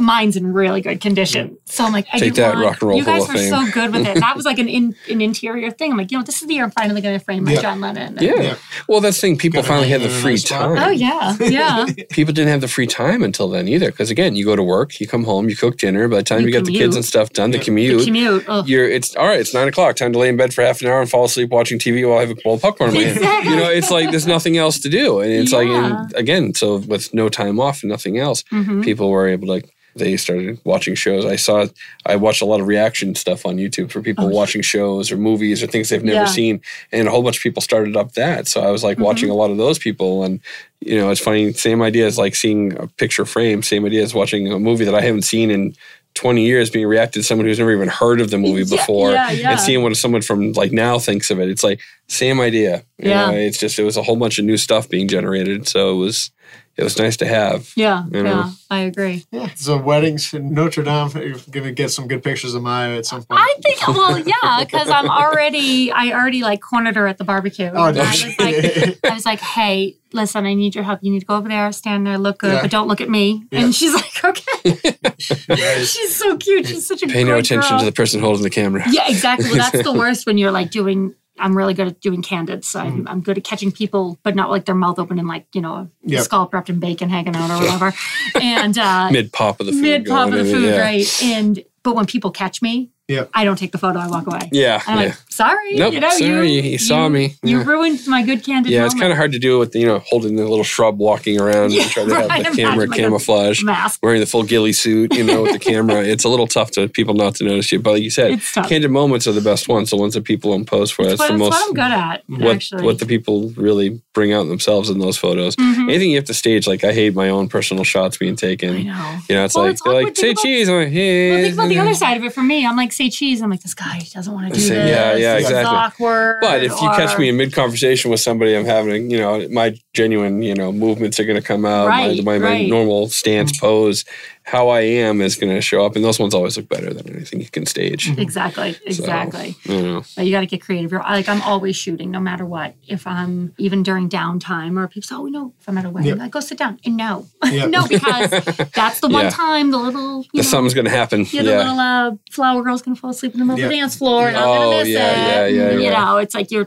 S3: Mine's in really good condition. So I'm like, I
S4: Take
S3: didn't
S4: that,
S3: want-
S4: Rock and Roll
S3: You guys
S4: Hall of
S3: were
S4: Fame.
S3: so good with it. That was like an in, an interior thing. I'm like, you know, this is the year I'm finally going to frame my
S2: Yeah.
S3: John Lennon.
S4: Yeah.
S2: Yeah.
S4: Well, that's the thing. People
S2: Gotta
S4: finally
S2: hang
S4: had the
S2: in a
S4: free
S2: nice spot.
S4: time.
S3: Oh yeah, yeah.
S4: People didn't have the free time until then either. Because again, you go to work, you come home, you cook dinner. By the time
S3: You
S4: you, got the kids
S3: commute.
S4: and stuff done, the
S2: Yeah.
S4: commute,
S3: The commute. Ugh.
S4: you're it's all right. It's nine o'clock. Time to lay in bed for half an hour and fall asleep watching TV while I have a bowl of popcorn in my hand.
S3: Exactly.
S4: You know, it's like there's nothing else to do, and it's like
S3: Yeah.
S4: and again, so with no time off and nothing else,
S3: Mhm.
S4: people were able to. They started watching shows. I saw, I watched a lot of reaction stuff on YouTube for people
S3: Oh, yeah.
S4: watching shows or movies or things they've never
S3: Yeah. Mm-hmm.
S4: seen, and a whole bunch of people started up that. So I was like watching a lot of those people, and you know, it's funny. Same idea as like seeing a picture frame. Same idea as watching a movie that I haven't seen in 20 years being reacted to someone who's never even heard of the movie
S3: Yeah,
S4: before
S3: yeah, yeah.
S4: and seeing what someone from like now thinks of it. It's like same idea. You
S3: Yeah.
S4: know, it's just it was a whole bunch of new stuff being generated. So it was it was nice to have.
S3: Yeah,
S4: You know.
S3: yeah. I agree.
S2: yeah. So weddings in Notre Dame. You're gonna get some good pictures of Maya at some point.
S3: I think. Well, yeah, because I'm already. I already like cornered her at the barbecue.
S2: Oh,
S3: And I
S2: nice.
S3: was like, I was like, hey, listen, I need your help. You need to go over there, stand there, look good,
S2: Yeah.
S3: but don't look at me.
S2: Yeah.
S3: And she's like, okay.
S2: Nice.
S3: she's so cute. She's such a
S4: Pay
S3: great
S4: no attention
S3: girl.
S4: to the person holding the camera.
S3: Yeah, exactly. Well, that's the worst when you're like doing. I'm really good at doing candids. So I'm,
S4: Mm.
S3: I'm good at catching people, but not like their mouth open and like you know
S2: Yeah.
S3: scallop wrapped in bacon hanging out or whatever. and uh,
S4: Mid pop of the food.
S3: mid pop of
S4: going
S3: the
S4: in,
S3: food,
S4: yeah.
S3: right? And but when people catch me,
S2: Yeah.
S3: I don't take the photo. I walk away.
S4: Yeah.
S3: I'm
S4: yeah.
S3: like, sorry,
S4: Nope,
S3: you know,
S4: sorry,
S3: you,
S4: you- you saw me.
S3: You
S4: Yeah.
S3: ruined my good candid.
S4: yeah, it's kind of hard to do with you know holding the little shrub, walking around,
S3: Yeah,
S4: and trying to have
S3: right,
S4: the
S3: imagine
S4: camera
S3: like a
S4: camouflage,
S3: mask.
S4: wearing the full ghillie suit, you know, with the camera. It's a little tough to people not to notice you, but like you said,
S3: It's tough.
S4: candid moments are the best ones, the ones that people don't post for.
S3: But
S4: That's
S3: it's
S4: the most
S3: what I'm good at,
S4: what
S3: actually.
S4: what the people really bring out themselves in those photos. Anything you have to stage, like I hate my own personal shots being taken.
S3: Mm-hmm. I know.
S4: You know, it's
S3: Well,
S4: like
S3: it's
S4: they're
S3: awkward.
S4: like say
S3: Think about-
S4: cheese. I'm like, hey.
S3: Well, think about the other side of it for me. I'm like, say cheese. I'm like, this guy doesn't want to do
S4: Say-
S3: this.
S4: yeah, yeah,
S3: This is
S4: exactly.
S3: awkward.
S4: But if you
S3: or-
S4: catch me in mid conversation with somebody, I'm having, you know, my genuine, you know, movements are going to come out.
S3: Right,
S4: my, my, my
S3: right.
S4: normal stance, pose, how I am is going to show up, and those ones always look better than anything you can stage.
S3: Mm-hmm. Exactly, exactly.
S4: You know,
S3: But you got to get creative. You're, like I'm always shooting, no matter what. If I'm even during downtime, or people say, "Oh no," if I'm at a wedding,
S2: Yeah.
S3: I go sit down. And no,
S2: Yeah.
S3: no, because that's the one
S4: Yeah.
S3: time the little you know,
S4: something's going to happen.
S3: yeah, the little uh, flower girl's gonna fall asleep in the middle of the
S2: Yeah.
S3: dance floor, and I'm
S4: Oh,
S3: gonna miss
S4: yeah,
S3: it.
S4: yeah, yeah,
S3: you
S4: yeah.
S3: know, it's like you're.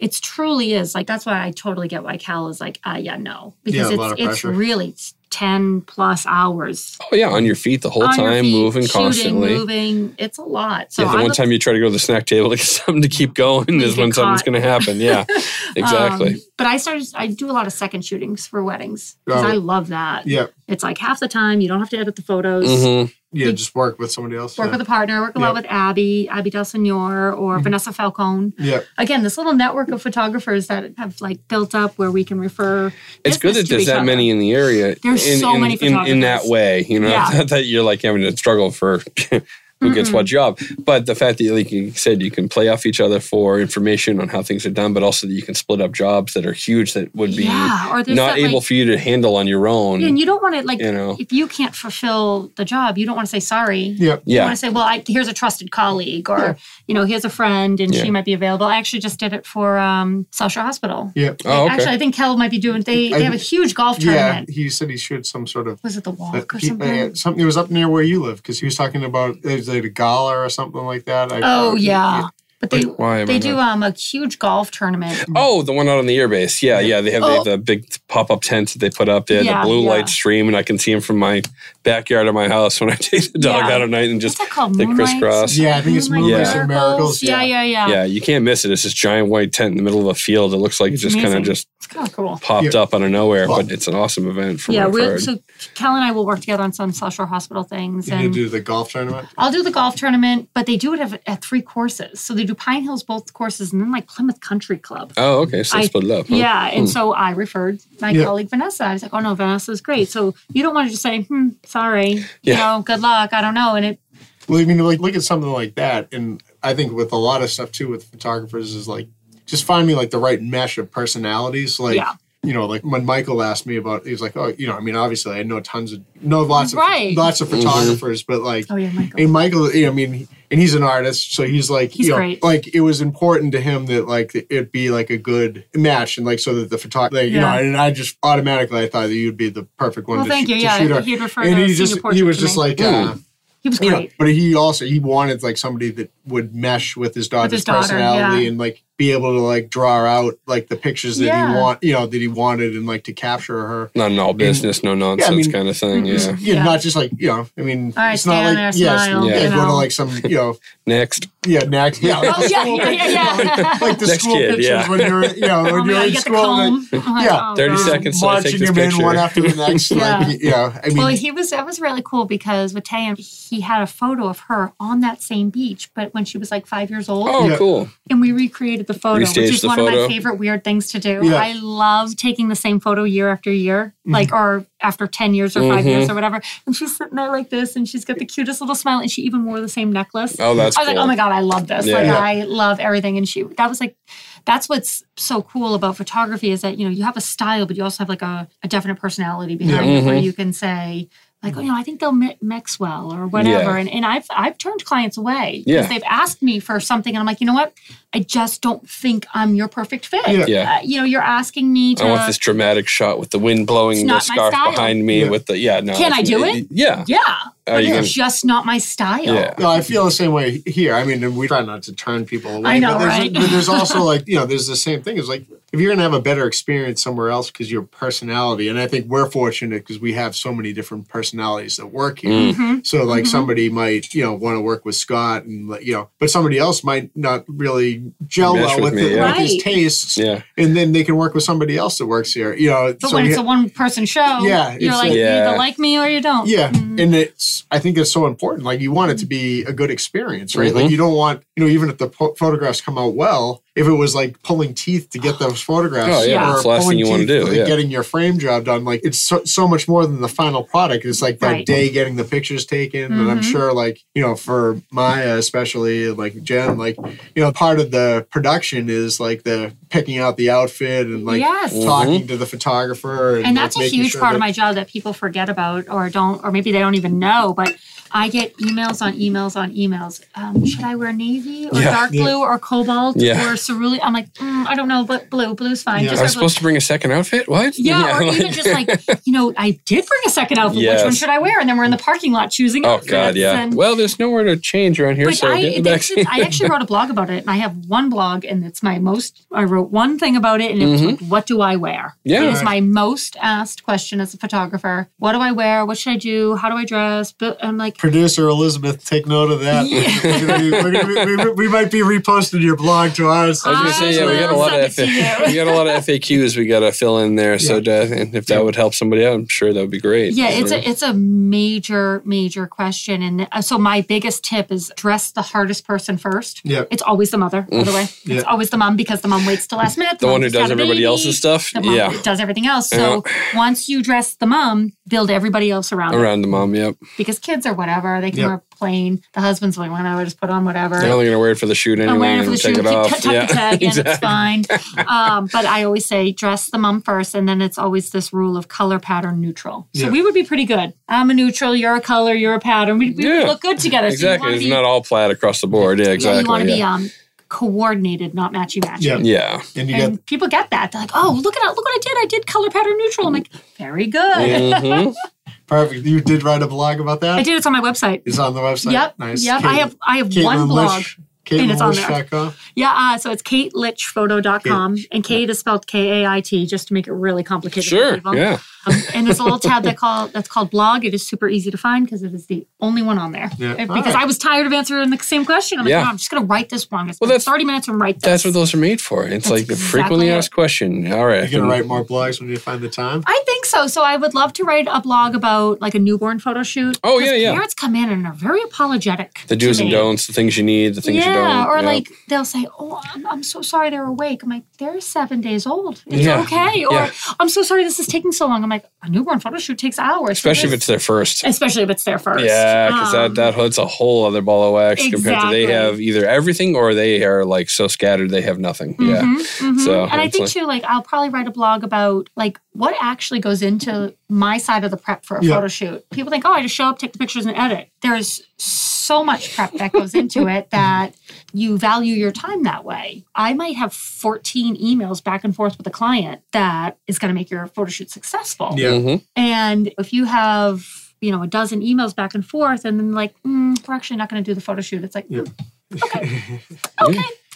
S3: It's truly is like that's why I totally get why Cal is like, ah, yeah, no,
S2: Yeah,
S3: because
S2: a lot
S3: it's
S2: of
S3: it's
S2: pressure.
S3: really it's ten plus hours
S4: Oh, yeah, on your feet the whole
S3: on your
S4: time,
S3: feet,
S4: moving
S3: shooting,
S4: constantly.
S3: moving. It's a lot. So
S4: yeah, the
S3: I'm um,
S4: one
S3: a-
S4: time you try to go to the snack table to get something to keep going
S3: You
S4: is
S3: get
S4: when something's
S3: caught.
S4: going to happen. Yeah, exactly.
S3: Um, but I started. I do a lot of second shootings for weddings because
S2: Oh.
S3: I love that.
S2: Yeah.
S3: It's like half the time you don't have to edit the photos.
S4: Mhm.
S2: yeah,
S3: we-
S2: just work with somebody else.
S3: Work
S2: yeah.
S3: with a partner. I work a lot
S2: Yeah. Mm-hmm.
S3: with Abby, Abby Del Senor, or Vanessa Falcone.
S2: yeah,
S3: Again, this little network of photographers that have like built up where we can refer.
S4: It's good
S3: business to
S4: that there's
S3: each
S4: that
S3: other.
S4: many in the area.
S3: There's
S4: in,
S3: so
S4: in,
S3: many
S4: in, in that
S3: photographers.
S4: way, you know,
S3: Yeah.
S4: not that you're like having to struggle for who gets what job, but the fact that, like you said, you can play off each other for information on how things are done, but also that you can split up jobs that are huge that would be
S3: yeah, or there's
S4: not
S3: that,
S4: able
S3: Like,
S4: for you to handle on your own.
S3: and you don't want to like
S4: you know.
S3: if you can't fulfill the job, you don't want to say sorry.
S2: yeah.
S3: You
S4: yeah,
S3: want to say, well, I, here's a trusted colleague, or
S2: Yeah.
S3: you know, here's a friend, and
S4: Yeah.
S3: she might be available. I actually just did it for um, South Shore Hospital.
S2: yeah.
S4: Oh, okay.
S3: Actually, I think Kel might be doing. They
S2: I-
S3: they have a huge golf
S2: Yeah,
S3: tournament.
S2: he said he should some sort of
S3: Was it the walk or
S2: Uh, he-
S3: something?
S2: uh, something that was up near where you live because he was talking about it was like a gala or something like that. I,
S3: oh yeah, but they
S4: why am I
S3: they do
S4: not-
S3: um a huge golf tournament.
S4: Oh, the one out on the airbase. Yeah, yeah. They have, they have
S3: Oh.
S4: the big pop up tents that they put up there,
S3: Yeah,
S4: the blue
S3: yeah.
S4: light stream, and I can see them from my backyard of my house when I take the dog
S3: Yeah.
S4: out at night and
S3: What's
S4: just
S3: that called?
S4: the
S3: Moonlights?
S4: crisscross.
S2: Yeah, I think it's
S3: Moonlight
S4: Moonlights
S2: and Miracles,
S3: Yeah, yeah, yeah.
S4: Yeah, you can't miss it. It's this giant white tent in the middle of a field. It looks like
S3: Um, It's
S4: just kind
S3: amazing.
S4: of just
S3: It's kind of cool.
S4: popped
S2: Yeah.
S4: up out of nowhere,
S2: Wow.
S4: but it's an awesome event. From
S3: Yeah,
S4: what I've
S3: we're,
S4: heard.
S3: so Kel and I will work together on some South Shore Hospital things,
S2: You
S3: and
S2: do the golf tournament.
S3: I'll do the golf tournament. But they do it at, at three courses, so they do Pine Hills both courses, and then like Plymouth Country Club.
S4: oh, hmm. okay. So
S3: I-
S4: I, split it up. huh?
S3: Yeah, and so I referred my
S2: Yeah.
S3: colleague Vanessa. I was like, "Oh no, Vanessa's great." So you don't want to just say, "Hmm, sorry, you
S4: Yeah.
S3: know, good luck." I don't know, and it
S2: Well, I mean, like look at something like that, and I think with a lot of stuff too with photographers is like just find me like the right mesh of personalities. Like
S3: Yeah.
S2: you know, like when Michael asked me about, he was like, oh, you know, I mean, obviously I know tons of know lots of
S3: Right.
S2: lots of
S4: Mhm.
S2: photographers, but like
S3: oh yeah, Michael,
S2: And Michael, you know, I mean, he- and he's an artist, so he's like,
S3: He's
S2: you know,
S3: great.
S2: like it was important to him that like it be like a good match, and like so that the photographer, like, you know,
S3: Yeah.
S2: and I just automatically I thought that you'd be the perfect one
S3: well,
S2: to,
S3: thank
S2: sh-
S3: you.
S2: to
S3: Yeah,
S2: shoot her.
S3: he had referred
S2: And
S3: a
S2: he
S3: senior
S2: just
S3: portrait
S2: he was
S3: to me.
S2: just like, uh,
S3: he was
S2: you
S3: great.
S2: know, but he also he wanted like somebody that would mesh with his daughter's
S3: his daughter,
S2: personality
S3: yeah.
S2: and like be able to like draw out like the pictures that
S3: Yeah.
S2: he want, you know, that he wanted and like to capture her.
S4: Not an all business, no nonsense
S2: mean- mm-hmm.
S4: kind of thing.
S3: Mhm.
S4: Yeah.
S2: Yeah,
S3: Yeah.
S2: not just like you know. I mean,
S3: All right,
S2: it's not
S3: stand
S2: like
S3: there,
S2: yeah, it's-
S3: smile,
S2: yeah,
S3: you
S2: go to
S3: know.
S2: like some you know
S4: Next.
S2: yeah, next. Yeah, like
S3: Oh
S2: the
S3: yeah,
S2: school
S3: yeah,
S2: pictures,
S3: yeah,
S2: you know,
S3: yeah.
S2: Like the
S4: Next
S2: school
S4: kid,
S2: pictures
S4: yeah.
S2: when you're, you know, when you're
S3: oh my
S2: in
S3: God, you get the
S2: school. and,
S3: comb. I'm like,
S2: yeah,
S3: oh,
S4: 30
S3: God.
S4: seconds. So I take
S2: marching
S4: this
S2: him in
S4: picture.
S2: one after the next. Like, yeah, I mean,
S3: Well, he was. That was really cool because with Tayan, he had a photo of her on that same beach, but when she was like five years old,
S4: Oh,
S2: Yeah.
S4: cool.
S3: and we recreated the photo, which
S4: Restaged
S3: is
S4: the
S3: one
S4: photo.
S3: of my favorite weird things to do.
S2: Yeah.
S3: I love taking the same photo year after year, like or after ten years or five
S4: Mhm.
S3: years or whatever. And she's sitting there like this, and she's got the cutest little smile, and she even wore the same necklace.
S4: Oh, that's
S3: I was
S4: cool.
S3: like, oh my god, I love this. Like
S4: Yeah.
S3: I love everything. And she that was like that's what's so cool about photography is that you know you have a style, but you also have like a, a definite personality behind
S4: Yeah.
S3: it where
S4: Mhm.
S3: you can say like, oh, you know, I think they'll mi- mix well or whatever.
S4: Yeah.
S3: And, and I've I've turned clients away
S4: Yeah.
S3: they've asked me for something, and I'm like, you know what? I just don't think I'm your perfect fit.
S2: Yeah.
S4: Yeah.
S3: Uh, you know, you're asking me to.
S4: I want this dramatic shot with the wind blowing
S3: not my
S4: the scarf
S3: style.
S4: behind me
S2: Yeah.
S4: with the yeah. No,
S3: Can I
S4: it's-
S3: do it?
S4: Yeah.
S3: yeah,
S4: Are
S3: but
S4: Oh, you
S3: it's
S4: gonna-
S3: just not my style.
S4: Yeah.
S2: No, I feel the same way here. I mean, and we try not to turn people away.
S3: I know,
S2: but there's,
S3: right?
S2: but there's also like you know, there's the same thing. It's like if you're gonna have a better experience somewhere else because your personality, and I think we're fortunate because we have so many different personalities that work here.
S4: Mm.
S3: hmm
S2: So like
S3: Mhm.
S2: somebody might you know want to work with Scott and like, you know, but somebody else might not really gel
S4: Mesh
S2: well
S4: with
S2: with,
S4: me,
S2: it,
S4: yeah.
S2: with his
S3: Right.
S2: tastes,
S4: Yeah.
S2: and then they can work with somebody else that works here. You know,
S3: But when
S2: we
S3: it's a
S2: ha-
S3: one person show,
S2: Yeah,
S3: you're
S2: it's
S3: like,
S2: like-
S3: you
S4: Yeah.
S3: either like me or you don't.
S2: yeah,
S3: Mhm.
S2: and it's I think it's so important. Like you want it to be a good experience, right? Like
S4: Mhm.
S2: you don't want you know even if the po- photographs come out well, if it was like pulling teeth to get those photographs,
S4: Oh,
S3: yeah,
S2: or
S4: that's the last
S2: pulling
S4: thing you wanna
S2: teeth
S4: do,
S2: for, like,
S4: yeah.
S2: Getting your frame job done, like it's so, so much more than the final product. It's like that
S3: Right.
S2: day getting the pictures taken, and I'm
S3: Mhm.
S2: sure like you know for Maya especially, like Jen, like you know part of the production is like the picking out the outfit and like
S3: Yes.
S2: talking to the photographer, and,
S3: and
S2: like,
S3: that's a
S2: making
S3: huge
S2: sure
S3: part
S2: that-
S3: of my job that people forget about or don't or maybe they don't even know but i get emails on emails on emails um, should i wear navy or
S4: Yeah.
S3: dark
S2: Yeah.
S3: blue or cobalt
S4: Yeah.
S3: or cerulean i'm like mm, i don't know but blue blue's fine
S2: Yeah.
S3: just
S4: I
S3: wear
S4: was
S3: blue.
S4: supposed to bring a second outfit. What?
S3: yeah, or
S4: like-
S3: even just like you know, I did bring a second outfit. Which one
S4: Yes.
S3: should I wear? And then we're in the parking lot choosing.
S4: Oh
S3: outfits
S4: God, yeah.
S3: and-
S4: Well, there's nowhere to change around here,
S3: but
S4: so
S3: I,
S4: get in
S3: it
S4: the
S3: actually,
S4: backseat.
S3: I actually wrote a blog about it, and I have one blog, and it's my most. I wrote one thing about it, and it was
S4: Mhm.
S3: like, "What do I wear?"
S4: Yeah.
S3: it was my most asked question as a photographer. What do I wear? What should I do? How do I dress? But I'm like,
S2: producer Elizabeth, take note of that.
S3: Yeah.
S2: We're gonna be- we're gonna be- we we might be reposting your blog to ours.
S4: I was gonna say, yeah, we got a
S3: will
S4: lot of
S3: send it
S4: FA-
S3: to
S4: we
S3: you.
S4: got a lot of FAQs we got to fill in there. So, that- and if that would help somebody out, I'm sure that would be great.
S3: Yeah, it's
S4: So-
S3: a it's a major major question, and uh, so my biggest tip is dress the hardest person first.
S2: Yeah.
S3: It's always the mother, by the way.
S2: Yeah.
S3: It's always the mom because the mom waits till last minute.
S4: Mm. the
S3: mom
S4: one who
S3: just got
S4: does
S3: a
S4: everybody
S3: baby,
S4: else's stuff.
S3: The mom
S4: Yeah,
S3: does everything else. So once you dress the mom, build everybody else around, them.
S4: around the mom. Yep,
S3: because kids are whatever they can
S2: Yeah.
S3: wear plain. The husband's like, whatever, just put on whatever.
S4: they're only gonna wear it for the shoot anyway.
S3: I'm wearing it
S4: and
S3: for the
S4: take
S3: shoot.
S4: it
S3: Keep-
S4: off.
S3: tuck
S4: yeah,
S3: the tag in. It's
S4: exactly.
S3: fine. Um, but I always say dress the mom first, and then it's always this rule of color pattern neutral. So
S2: Yeah.
S3: we would be pretty good. I'm a neutral. You're a color. You're a pattern. We, we
S4: Yeah.
S3: would look good together.
S4: Exactly.
S3: So
S4: It's
S3: you
S4: not
S3: want
S4: all plaid across the board. Yeah,
S3: to be, yeah, you want to
S4: exactly.
S3: be uh,
S4: Yeah.
S3: um, coordinated, not matchy matchy.
S2: Yeah.
S4: Yeah.
S2: And you got
S3: And people get that. They're like, "Oh, look at look what I did! I did color pattern neutral." I'm like, "Very good."
S4: Mhm.
S2: perfect. You did write a blog about that.
S3: I did. It's on my website.
S2: It's on the website.
S3: yep.
S2: Nice.
S3: Yep. I
S2: Caitlin-
S3: have I have
S2: Caitlin
S3: one blog.
S2: Lish- Caitlin
S3: and it's on there.
S2: Lish.com.
S3: Yeah, uh, so it's katelichphoto.com, and Kate is spelled K A I T, just to make it really complicated. for
S4: Sure.
S3: people.
S4: Yeah.
S3: Um, and there's a little tab that call that's called blog. It is super easy to find because it is the only one on there.
S2: Yeah.
S3: Because
S2: All right.
S3: I was tired of answering the same question. I'm like,
S4: Yeah.
S3: no, I'm just going to write this wrong. It's
S4: Well,
S3: well,
S4: that's-
S3: 30 minutes and write this.
S4: That's what those are made for. It's
S3: That's
S4: like the frequently
S3: exactly it.
S4: asked question. All right.
S2: You're going to write more blogs when you find the time.
S3: I think so. So I would love to write a blog about like a newborn photo shoot.
S4: Oh, yeah,
S3: 'Cause
S4: yeah.
S3: Parents come in and are very apologetic.
S4: the do's
S3: to
S4: and
S3: me.
S4: don'ts, the things you need, the things
S3: yeah,
S4: you don't.
S3: or
S4: yeah.
S3: like they'll say, "Oh, I'm, I'm so sorry they're awake." I'm like, "They're seven days old. It's
S4: Yeah.
S3: okay." Or,
S4: Yeah.
S3: "I'm so sorry this is taking so long." I'm like, "A newborn photo shoot takes hours, So
S4: especially if
S3: this-
S4: it's their first.
S3: especially if it's their first.
S4: Yeah, because
S3: Um,
S4: that that hood's a whole other ball of wax compared to they
S3: Exactly.
S4: have either everything or they are like so scattered they have nothing. Yeah.
S3: mhm, mhm.
S4: So,
S3: and I think
S4: it's
S3: too, like I'll probably write a blog about like what actually goes into my side of the prep for a
S2: Yeah.
S3: photo shoot. People think, oh, I just show up, take the pictures, and edit. There's so much prep that goes into it that you value your time that way. I might have 14 emails back and forth with a client that is going to make your photo shoot successful.
S2: Yeah.
S4: Mhm.
S3: And if you have you know a dozen emails back and forth, and then like mm, we're actually not going to do the photo shoot. It's like
S2: Yeah.
S3: okay,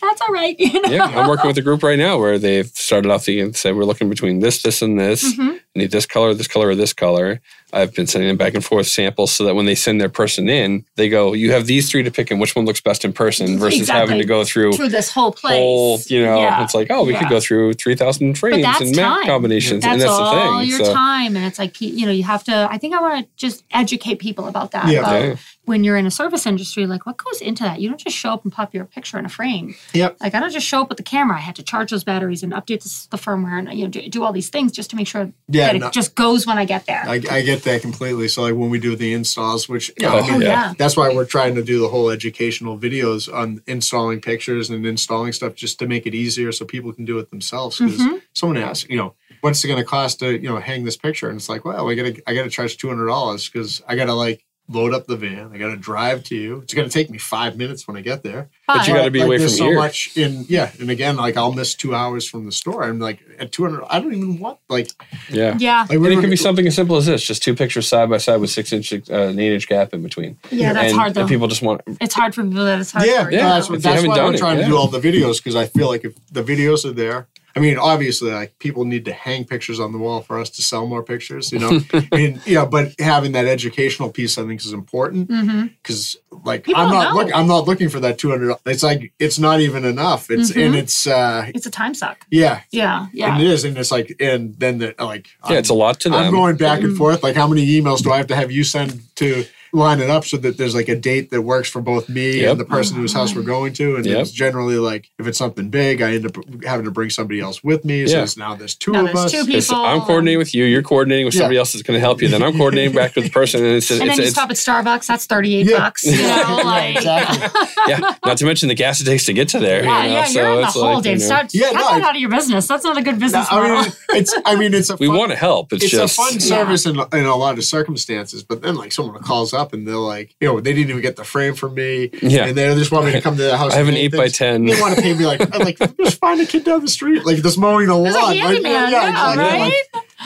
S3: that's all right. You know?
S4: Yeah, I'm working with a group right now where they've started off the and said we're looking between this, this, and this.
S3: Mhm.
S4: I need this color, this color, or this color. I've been sending them back and forth samples so that when they send their person in, they go, "You have these three to pick, and which one looks best in person?" Versus having
S3: Exactly.
S4: to go through
S3: through this whole place.
S4: whole, you know,
S3: Yeah.
S4: it's like, oh, we could
S3: Yeah.
S4: go through three thousand frames
S3: that's
S4: and map
S3: time.
S4: combinations,
S3: that's,
S4: and that's the
S3: all
S4: thing.
S3: your
S4: so,
S3: time, and it's like you know, you have to. I think I want to just educate people about that.
S2: Yeah.
S3: about
S4: Yeah.
S3: When you're in a service industry, like what goes into that? You don't just show up and pop your picture in a frame.
S2: Yep.
S3: Like I don't just show up with the camera. I had to charge those batteries and update this, the firmware and you know do, do all these things just to make sure
S2: Yeah,
S3: that it
S2: no.
S3: just goes when I get there.
S2: I, I get that completely. So, like when we do the installs, which
S4: Oh,
S2: I mean,
S4: yeah.
S2: that's why we're trying to do the whole educational videos on installing pictures and installing stuff just to make it easier so people can do it themselves. Because
S4: Mm-hmm.
S3: Mhm.
S2: someone asks, you know, what's it going to cost to you know hang this picture? And it's like, well, I got to I got to charge two hundred dollars because I got to like load up the van. I got to drive to you. It's going to take me five minutes when I get there.
S4: But you
S3: But-
S4: gotta be
S2: like,
S4: away
S2: there's
S4: from
S2: so
S4: here.
S2: much in yeah, and again, like I'll miss two hours from the store. I'm like at two hundred. I don't even want like
S4: yeah.
S3: yeah,
S2: like
S4: And
S2: we
S4: it
S2: were-
S4: could be something as simple as this: just two pictures side by side with six inch, uh, an eight inch gap in between.
S3: yeah, that's
S4: and,
S3: hard though.
S4: And people just want
S3: it's hard for people that it's hard.
S2: Yeah,
S3: for,
S4: Yeah.
S2: yeah. that's,
S4: If you
S2: that's
S4: haven't
S2: why
S4: done
S2: I'm
S4: it,
S2: trying
S4: yeah.
S2: to do all the videos because I feel like if the videos are there, I mean, obviously, like people need to hang pictures on the wall for us to sell more pictures, you know. and yeah, but having that educational piece, I think, is important
S3: hmm
S2: because, like,
S3: People
S2: I'm
S3: don't
S2: not
S3: know.
S2: looking, I'm not looking for that two hundred. It's like it's not even enough. It's and
S3: Mhm.
S2: it's uh,
S3: It's a time suck.
S2: yeah,
S3: Yeah,
S2: and
S3: yeah.
S2: it is, and it's like, and then the like,
S4: yeah, it's a lot to them.
S2: I'm going back and forth. Like, how many emails do I have to have you send to line it up so that there's like a date that works for both me
S4: Yep.
S2: and the person whose house we're going to? And
S4: Yep.
S2: it's generally like, if it's something big, I end up having to bring somebody else with me. So
S4: Yeah.
S2: it's now there's two
S3: Now
S2: of
S3: there's
S2: us.
S3: two
S4: It's-
S3: people.
S4: I'm coordinating with you. You're coordinating with
S2: Yeah.
S4: somebody else that's going to help you. Then I'm coordinating back with the person, and it's,
S3: and
S4: it's,
S3: then you
S4: it's
S3: stop at Starbucks. That's thirty-eight
S2: Yeah.
S3: bucks. You know, like
S2: Exactly.
S4: yeah. Not to mention the gas it takes to get to there.
S3: yeah,
S4: you know?
S3: yeah. you're in the
S4: it's
S3: whole
S4: like,
S3: day.
S4: you know,
S3: Start
S2: Yeah,
S3: cut
S2: no,
S3: that
S2: I-
S3: out of your business. That's not a good business
S2: I
S3: model.
S2: mean, it's, I mean, it's a
S4: we
S2: fun-
S4: want to help. It's,
S2: It's
S4: just
S2: a fun
S3: Yeah.
S2: service in, in a lot of circumstances, but then like someone calls up and they're like, you know, they didn't even get the frame from me,
S4: Yeah.
S2: and they just want me to come to the house.
S4: I have
S2: and
S4: an
S2: paint
S4: eight by
S2: things.
S4: 10.
S2: They want to pay me like, I'm like just find a kid down the street, like just mowing the lawn.
S3: There's a
S2: Like,
S3: handyman. Yeah,
S2: exactly.
S3: right.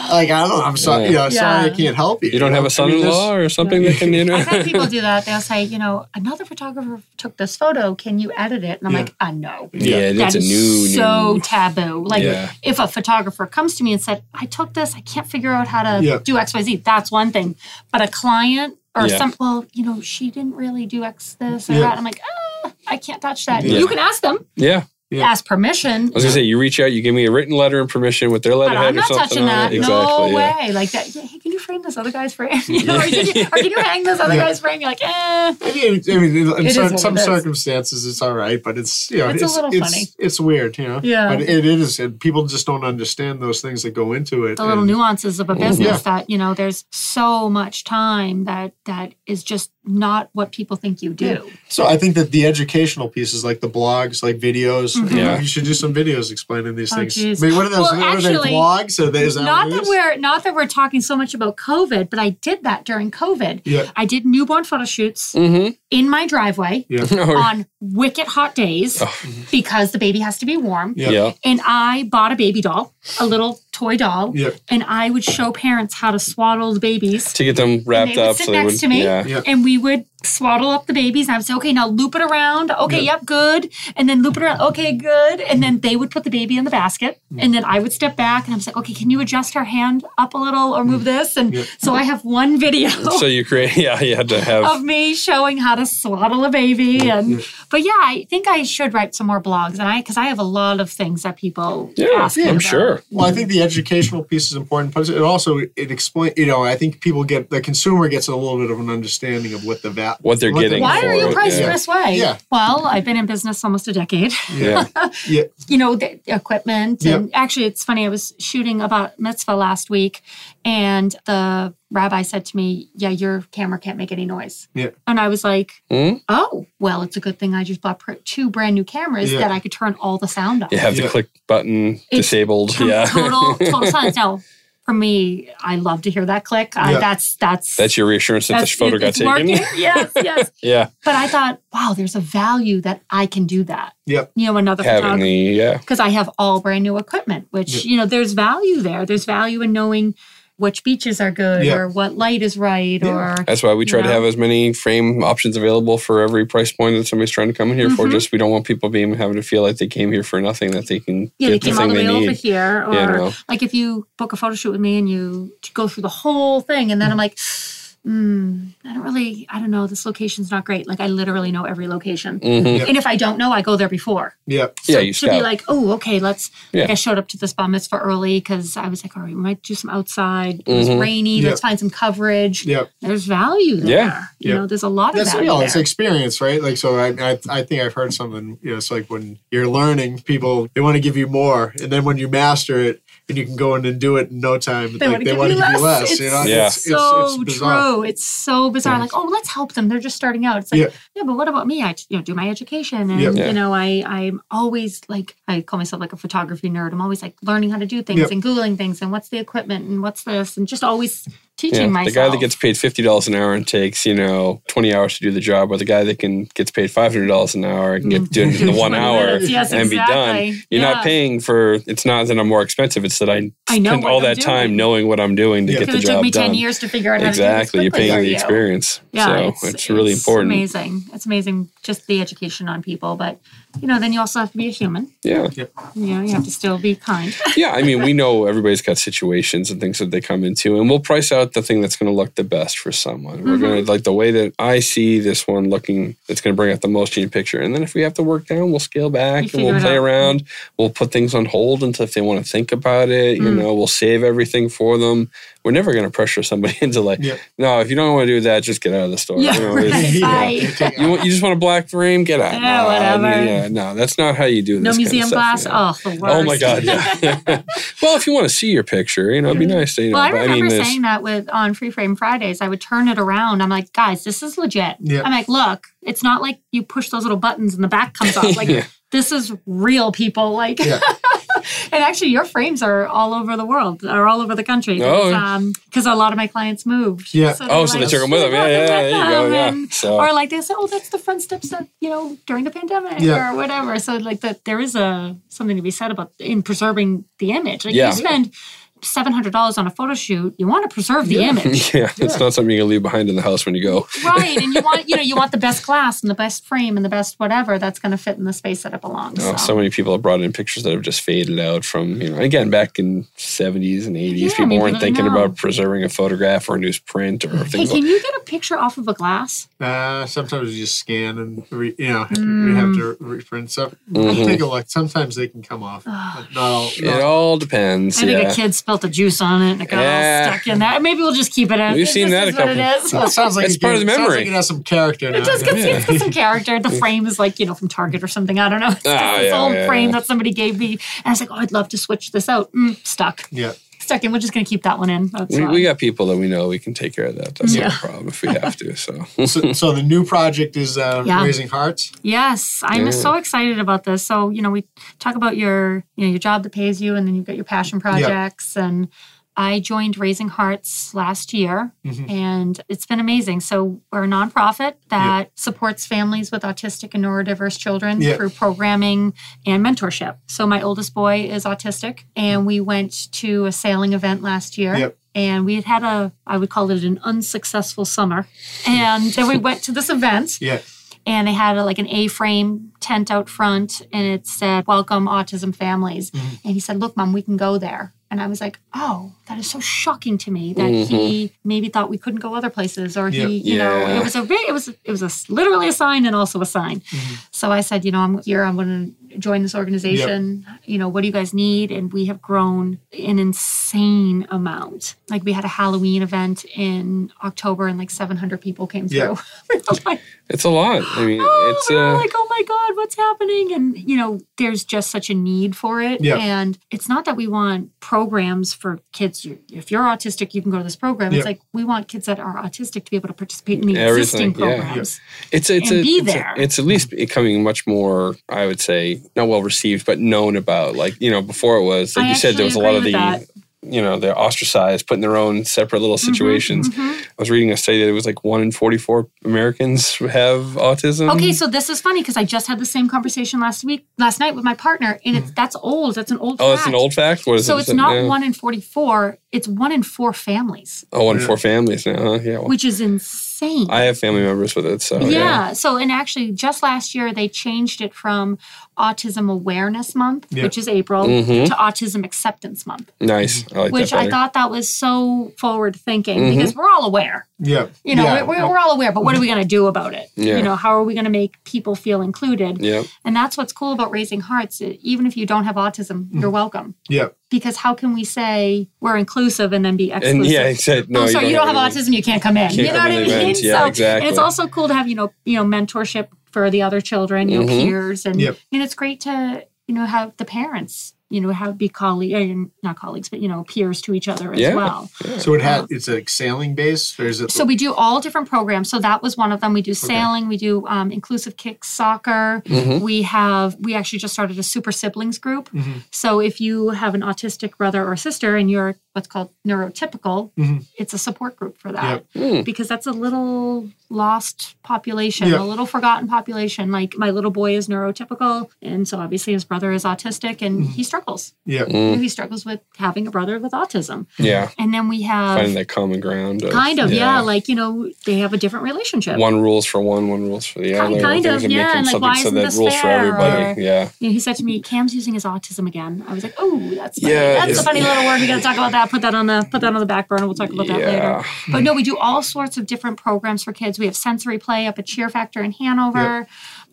S2: Like I don't know. I'm sorry. Yeah.
S4: Yeah.
S2: You know, sorry,
S3: Yeah.
S2: I can't help you.
S4: you don't
S2: know?
S4: have a
S2: I mean,
S4: son-in-law or something that can you know.
S3: I've had people do that. They'll say, you know, another photographer took this photo. Can you edit it? And I'm
S2: Yeah.
S3: like, uh, no.
S4: yeah, and
S3: That
S4: it's a
S3: is
S4: new,
S3: so
S4: new.
S3: taboo. Like
S4: Yeah.
S3: if a photographer comes to me and said, I took this, I can't figure out how to
S2: Yeah.
S3: do XYZ, that's one thing. But a client or
S4: Yeah.
S3: some. Well, you know, she didn't really do X this or
S2: Yeah.
S3: that. I'm like, ah, I can't touch that.
S2: Yeah.
S3: You can ask them,
S4: Yeah.
S2: Yeah.
S3: ask permission.
S4: I was gonna say you reach out, you give me a written letter and permission with their
S3: But I'm
S4: letterhead or
S3: not
S4: something.
S3: touching
S4: on
S3: that.
S4: it.
S3: no
S4: Exactly. yeah.
S3: way. Like that. Yeah, hey, can you frame this other guy's frame? You know, or, can you, or can you hang this other
S2: Yeah.
S3: guy's frame? You're like, eh.
S2: I mean, I mean, in- in
S3: It is
S2: cer-
S3: what
S2: some
S3: it is.
S2: circumstances, it's all right, but it's you know,
S3: It's a little
S2: it's,
S3: funny.
S2: It's weird, you know.
S3: Yeah.
S2: But it is, and people just don't understand those things that go into it.
S3: the little
S2: and-
S3: nuances of a business
S2: Yeah.
S3: that you know there's so much time that that is just not what people think you do
S2: So I think that the educational pieces, like the blogs, like videos,
S3: Mhm.
S2: you know,
S4: Yeah.
S2: you should do some videos explaining these
S3: Oh,
S2: things.
S3: geez.
S2: I mean, what are those?
S3: Well,
S2: what are
S3: actually,
S2: they blogs? Are they, is that
S3: not
S2: what it
S3: that
S2: is?
S3: we're not that we're talking so much about covid but i did that during covid
S2: Yeah.
S3: i did newborn photo shoots
S4: Mm-hmm.
S3: in my driveway
S2: Oh.
S3: on wicked hot days because the baby has to be warm
S2: Yeah.
S4: yeah.
S3: and i bought a baby doll a little toy doll
S2: Yeah.
S3: and i would show parents how to swaddle the babies
S4: To get them wrapped
S3: would
S4: up
S3: sit
S4: so they
S3: next
S4: would
S3: to me.
S4: Yeah.
S2: Yeah.
S3: and we would swaddle up the babies. And I would say, okay, now loop it around. Okay,
S2: Yeah.
S3: yep, good. And then loop it around. Okay, good. And then they would put the baby in the basket. And then I would step back and I'm like, okay, can you adjust her hand up a little or move this? And
S2: Mm. Yeah.
S3: so I have one video
S4: So you create yeah, you had to have
S3: of me showing how to swaddle a baby. And but yeah, I think I should write some more blogs. And I because I have a lot of things that people
S4: Yeah,
S3: ask me
S4: I'm
S3: about.
S4: sure.
S2: Well, I think the educational piece is important, but it also it explain. You know, I think people get the consumer gets a little bit of an understanding of what the va-
S4: What they're getting
S3: Why
S4: for
S3: are you
S4: it,
S3: priced
S4: yeah.
S3: this way?
S2: Yeah.
S3: Well, I've been in business almost a decade.
S4: Yeah.
S2: Yeah,
S3: you know, the the equipment. And actually, it's funny. I was shooting about mitzvah last week, and the rabbi said to me, "Yeah, your camera can't make any noise."
S2: Yeah.
S3: And I was like,
S4: Hmm?
S3: "Oh, well, it's a good thing I just bought pr- two brand new cameras
S2: Yeah.
S3: that I could turn all the sound off."
S4: You have the
S2: Yeah.
S4: click button disabled.
S3: To-
S4: yeah.
S3: Total total silence. Now, for me, I love to hear that click. I,
S2: Yeah.
S3: that's that's
S4: That's your reassurance that this photo got
S3: it's
S4: taken.
S3: working. yes, yes.
S4: Yeah.
S3: But I thought, wow, there's a value that I can do that.
S2: Yep.
S3: You know, another
S4: Having
S3: photographer
S4: the yeah.
S3: because I have all brand new equipment, which, you know, there's value there. There's value in knowing which beaches are good
S2: Yeah.
S3: or what light is right
S2: Yeah.
S3: or
S4: That's why we try to
S3: Yeah.
S4: have as many frame options available for every price point that somebody's trying to come in here for.
S3: Mhm.
S4: Just we don't want people being having to feel like they came here for nothing, that they can
S3: yeah,
S4: get
S3: they
S4: the
S3: came all
S4: thing
S3: the way
S4: they
S3: over
S4: need.
S3: here. Or
S4: you know.
S3: like if you book a photo shoot with me and you go through the whole thing
S2: Mm.
S3: and then I'm like, hmm, I don't really, I don't know, this location's not great. Like I literally know every location.
S4: Mhm.
S2: Yeah.
S3: And if I don't know, I go there before.
S2: yeah,
S4: Yeah, you
S3: to be
S4: scout.
S3: like, oh, okay, let's. Like
S4: Yeah.
S3: I showed up to this bar mitzvah early because I was like, all right, we might do some outside. It was
S4: Mhm.
S3: rainy.
S2: Yeah.
S3: Let's find some coverage.
S2: yeah.
S3: There's value there.
S4: Yeah.
S2: Yeah.
S3: You know, there's a lot of
S2: That's
S3: value
S2: you know,
S3: there.
S2: it's experience, right? Like, so I, I, I think I've heard something. You know, it's like when you're learning, people they want to give you more, and then when you master it and you can go in and do it in no time,
S3: They
S2: like
S3: wanna
S2: they
S3: give
S2: want to
S3: you
S2: give you
S3: less.
S2: less. You
S3: It's
S2: know,
S4: Yeah.
S3: so
S2: bizarre.
S3: true. It's so bizarre. Like, oh, let's help them. They're just starting out. It's like, yeah,
S2: Yeah.
S3: but what about me? I you know do my education, and
S2: Yeah.
S4: Yeah.
S3: you know, I I'm always like I call myself like a photography nerd. I'm always like learning how to do things
S2: Yep.
S3: and googling things and what's the equipment and what's this and just always teaching
S4: Yeah,
S3: myself.
S4: the guy that gets paid fifty dollars an hour and takes you know twenty hours to do the job, or the guy that can gets paid five hundred dollars an hour and get do it in the one
S3: 20
S4: hour
S3: minutes. Mm. Yes,
S4: and be
S3: exactly.
S4: done. You're
S3: Yeah.
S4: not paying for. It's not that I'm more expensive. It's that I,
S3: I know
S4: spend
S3: what
S4: all
S3: I'm
S4: that time
S3: doing.
S4: knowing what I'm doing to
S2: Yeah.
S4: get
S3: because
S4: the
S3: it took
S4: job
S3: me
S4: done.
S3: ten years to figure out how to
S4: Exactly,
S3: do this
S4: you're
S3: quickly
S4: paying
S3: for
S4: for the
S3: you.
S4: experience. so it's, really important.
S3: Amazing. It's amazing just the education on people, but you know, then you also have to be a human.
S4: Yeah.
S3: You know, you have to still be kind.
S4: yeah, I mean, we know everybody's got situations and things that they come into, and we'll price out the thing that's going to look the best for someone. We're
S3: Mm-hmm.
S4: going to like the way that I see this one looking. That's going to bring out the most in picture, and then if we have to work down, we'll scale
S3: You
S4: back and
S3: figure
S4: we'll
S3: it
S4: play
S3: out.
S4: around. We'll put things on hold until if they want to think about it. You
S3: Mm.
S4: know, we'll save everything for them. We're never going to pressure somebody into like,
S2: Yeah.
S4: no, if you don't want to do that, just get out of the store.
S3: Yeah,
S4: You know, it's-
S3: right. Bye.
S4: you know, You, want, you just want a black frame? Get out.
S3: Yeah,
S4: No, I mean,
S3: whatever.
S4: yeah, no, that's not how you do this.
S3: No
S4: kind of
S3: museum
S4: stuff,
S3: glass.
S4: you know.
S3: Oh, the worst.
S4: Oh my god! Yeah. well, if you want to see your picture, you know, it'd be nice to. You know,
S3: Mm-hmm. Well, I
S4: but
S3: remember
S4: there's-
S3: saying that with on Free Frame Fridays. I would turn it around. I'm like, guys, this is legit.
S2: Yeah.
S3: I'm like, look, it's not like you push those little buttons and the back comes off. Like
S4: Yeah.
S3: this is real, people. Like,
S2: Yeah.
S3: and actually, your frames are all over the world, are all over the country.
S4: Oh.
S3: because a lot of my clients moved.
S2: Yeah.
S3: So
S4: Oh, so they took them with them. Yeah, yeah, yeah. There you go. Yeah.
S3: And-
S4: So
S3: or like they say, oh, that's the front steps that you know during the pandemic
S2: Yeah.
S3: or whatever. So like that, there is a something to be said about in preserving the image. Like
S4: Yeah.
S3: you spend $700 on a photo shoot, you want to preserve the image.
S4: Yeah, it's not something you can leave behind in the house when you go.
S3: right. And you want, you know, you want the best glass and the best frame and the best whatever that's going to fit in the space that it belongs.
S4: Oh,
S3: so.
S4: so many people have brought in pictures that have just faded out from, you know, again, back in 70s and 80s,
S3: Yeah,
S4: people
S3: we
S4: weren't
S3: really
S4: thinking
S3: know.
S4: about preserving a photograph or a newsprint or
S3: Hey,
S4: things
S3: can
S4: like
S3: you get a picture off of a glass?
S2: Uh, sometimes you just scan and re, you know we have
S3: Mm.
S2: to reprint stuff.
S4: Mhm.
S2: Take a look. Sometimes they can come off. but not all,
S4: It
S2: not-
S4: all depends.
S3: I think
S4: yeah.
S3: a kid spilt the juice on it and it got
S4: Yeah.
S3: all stuck in that. Maybe we'll just keep it in.
S4: We've
S3: It
S4: seen
S3: just
S4: that
S3: is
S4: a
S3: what it
S4: couple.
S3: is.
S2: So it sounds like
S4: It's
S2: it
S4: part of
S2: gives-
S4: the
S2: sounds
S4: memory.
S2: Like it has some character. Now.
S3: It does get it's got some character. The frame is like, you know, from Target or something. I don't know. It's just
S4: Ah,
S3: this
S4: yeah,
S3: old
S4: yeah,
S3: frame
S4: yeah.
S3: that somebody gave me. And I was like, oh, I'd love to switch this out. Mm, stuck.
S2: Yeah.
S3: Stuck in. We're just going to keep that one in. That's
S4: We,
S3: fine.
S4: we got people that we know we can take care of that. That's not
S3: Yeah.
S4: a problem if we have to. So
S2: So, so the new project is uh,
S3: Yeah.
S2: raising hearts.
S3: Yes, I'm
S4: Yeah.
S3: so excited about this. So you know, we talk about your you know your job that pays you, and then you've got your passion projects. And I joined Raising Hearts last year,
S2: Mhm.
S3: and it's been amazing. So we're a nonprofit that supports families with autistic and neurodiverse children
S2: Yeah.
S3: through programming and mentorship. So my oldest boy is autistic, and we went to a sailing event last year
S2: Yep.
S3: and we had had a i would call it an unsuccessful summer and then we went to this event
S2: Yeah.
S3: and they had a, like an a-frame tent out front and it said welcome autism families
S2: Mm-hmm.
S3: and he said look mom we can go there and i was like oh that is so shocking to me that he maybe thought we couldn't go other places or
S2: Mm-hmm. Yeah.
S3: he you know
S4: Yeah.
S3: it was a very it was it was a, s- literally a sign and also a sign
S2: Mm-hmm.
S3: so i said you know i'm here i'm going to join this organization you know what do you guys need and we have grown an insane amount like we had a halloween event in october and like 700 people came through
S2: Yeah.
S3: We were like,
S4: it's a lot. I mean,
S3: oh,
S4: it's
S3: we're all
S4: uh,
S3: like, oh my God, what's happening? And, you know, there's just such a need for it.
S2: Yeah.
S3: And it's not that we want programs for kids. You- If you're autistic, you can go to this program.
S2: Yeah.
S3: It's like we want kids that are autistic to be able to participate in the
S4: Everything,
S3: existing
S4: yeah. Yeah.
S3: programs. Mm-hmm,
S4: it's it's
S3: and
S4: a,
S3: be
S4: it's, a-
S3: there.
S4: it's at least becoming much more. I would say not well received, but known about. Like you know, before it was like
S3: I
S4: you said, there was a
S3: actually
S4: lot of the
S3: agree with Mm-hmm,
S4: you know they're ostracized, put in their own separate little situations. I was reading a study that it was like one in forty four Americans have autism.
S3: Okay, so this is funny because I just had the same conversation last week, last night with my partner, and it's that's old. That's an old.
S4: Mm-hmm. oh, it's an
S3: fact.
S4: old fact. What is
S3: So
S4: it?
S3: it's not
S4: Yeah.
S3: one in forty-four; it's one in four families,
S4: Oh, one in four families now. Huh? Yeah. Well,
S3: which is insane.
S4: I have family members with it. So
S2: Oh,
S3: yeah. So, and actually, just last year they changed it from Autism Awareness Month,
S2: Yeah.
S3: which is April,
S4: Mhm.
S3: to Autism Acceptance Month,
S4: Nice. I like
S3: which
S4: that.
S3: I
S4: better.
S3: thought that was so forward thinking
S4: Mm-hmm.
S3: because we're all aware.
S2: Yeah.
S3: You know,
S2: Yeah.
S3: we're, we're all aware, but what are we going to do about it?
S4: Yeah.
S3: You know, how are we going to make people feel included?
S4: Yeah.
S3: And that's what's cool about Raising Hearts. e, Even if you don't have autism, you're
S2: Mm.
S3: welcome.
S2: yeah.
S3: Because how can we say we're inclusive and then be exclusive?
S4: And yeah, he said, no,
S3: oh, sorry, you don't, have
S4: any-
S3: autism, you can't come in. you know
S4: come
S3: what
S4: in
S3: I
S4: the
S3: mean?
S4: events. Yeah,
S3: so
S4: exactly.
S3: it's also cool to have, you know, you know, mentorship for the other children, your
S4: Mhm.
S3: peers. And
S2: Yep.
S3: you know, it's great to, you know, have the parents, you know, have be colleagues not colleagues, but you know, peers to each other as
S4: Yeah.
S3: well.
S2: So it had it's a sailing base, or is it?
S3: So we do all different programs. So that was one of them. We do sailing, we do um, inclusive kick soccer.
S4: Mhm.
S3: We have we actually just started a super siblings group.
S2: Mhm.
S3: So if you have an autistic brother or sister and you're what's called neurotypical,
S2: Mhm.
S3: it's a support group for that
S2: Yep.
S4: Mm.
S3: because that's a little lost population,
S2: Yeah.
S3: a little forgotten population. Like my little boy is neurotypical, and so obviously his brother is autistic, and he struggles.
S2: yeah.
S4: Mm.
S3: He struggles with having a brother with autism.
S4: Yeah.
S3: And then we
S4: Finding
S3: have
S4: that common ground. Of,
S3: Uh, kind of, yeah. like you know, they have a different relationship.
S4: one rules for one, one rules for the
S3: Kind-
S4: other.
S3: kind
S4: things
S3: of, yeah,
S4: making
S3: and, like,
S4: something
S3: why
S4: so
S3: isn't
S4: that
S3: this
S4: rules for
S3: fair,
S4: everybody.
S3: or-
S4: yeah.
S3: You know, he said to me, "Cam's using his autism again." I was like, "Oh, that's funny.
S4: Yeah,
S3: that's
S4: it's-
S3: a funny little word. We got to talk about that. Put that on the put that on the back burner. We'll talk about that
S4: Yeah.
S3: later." But no, we do all sorts of different programs for kids. We have sensory play up at Cheer Factor in Hanover.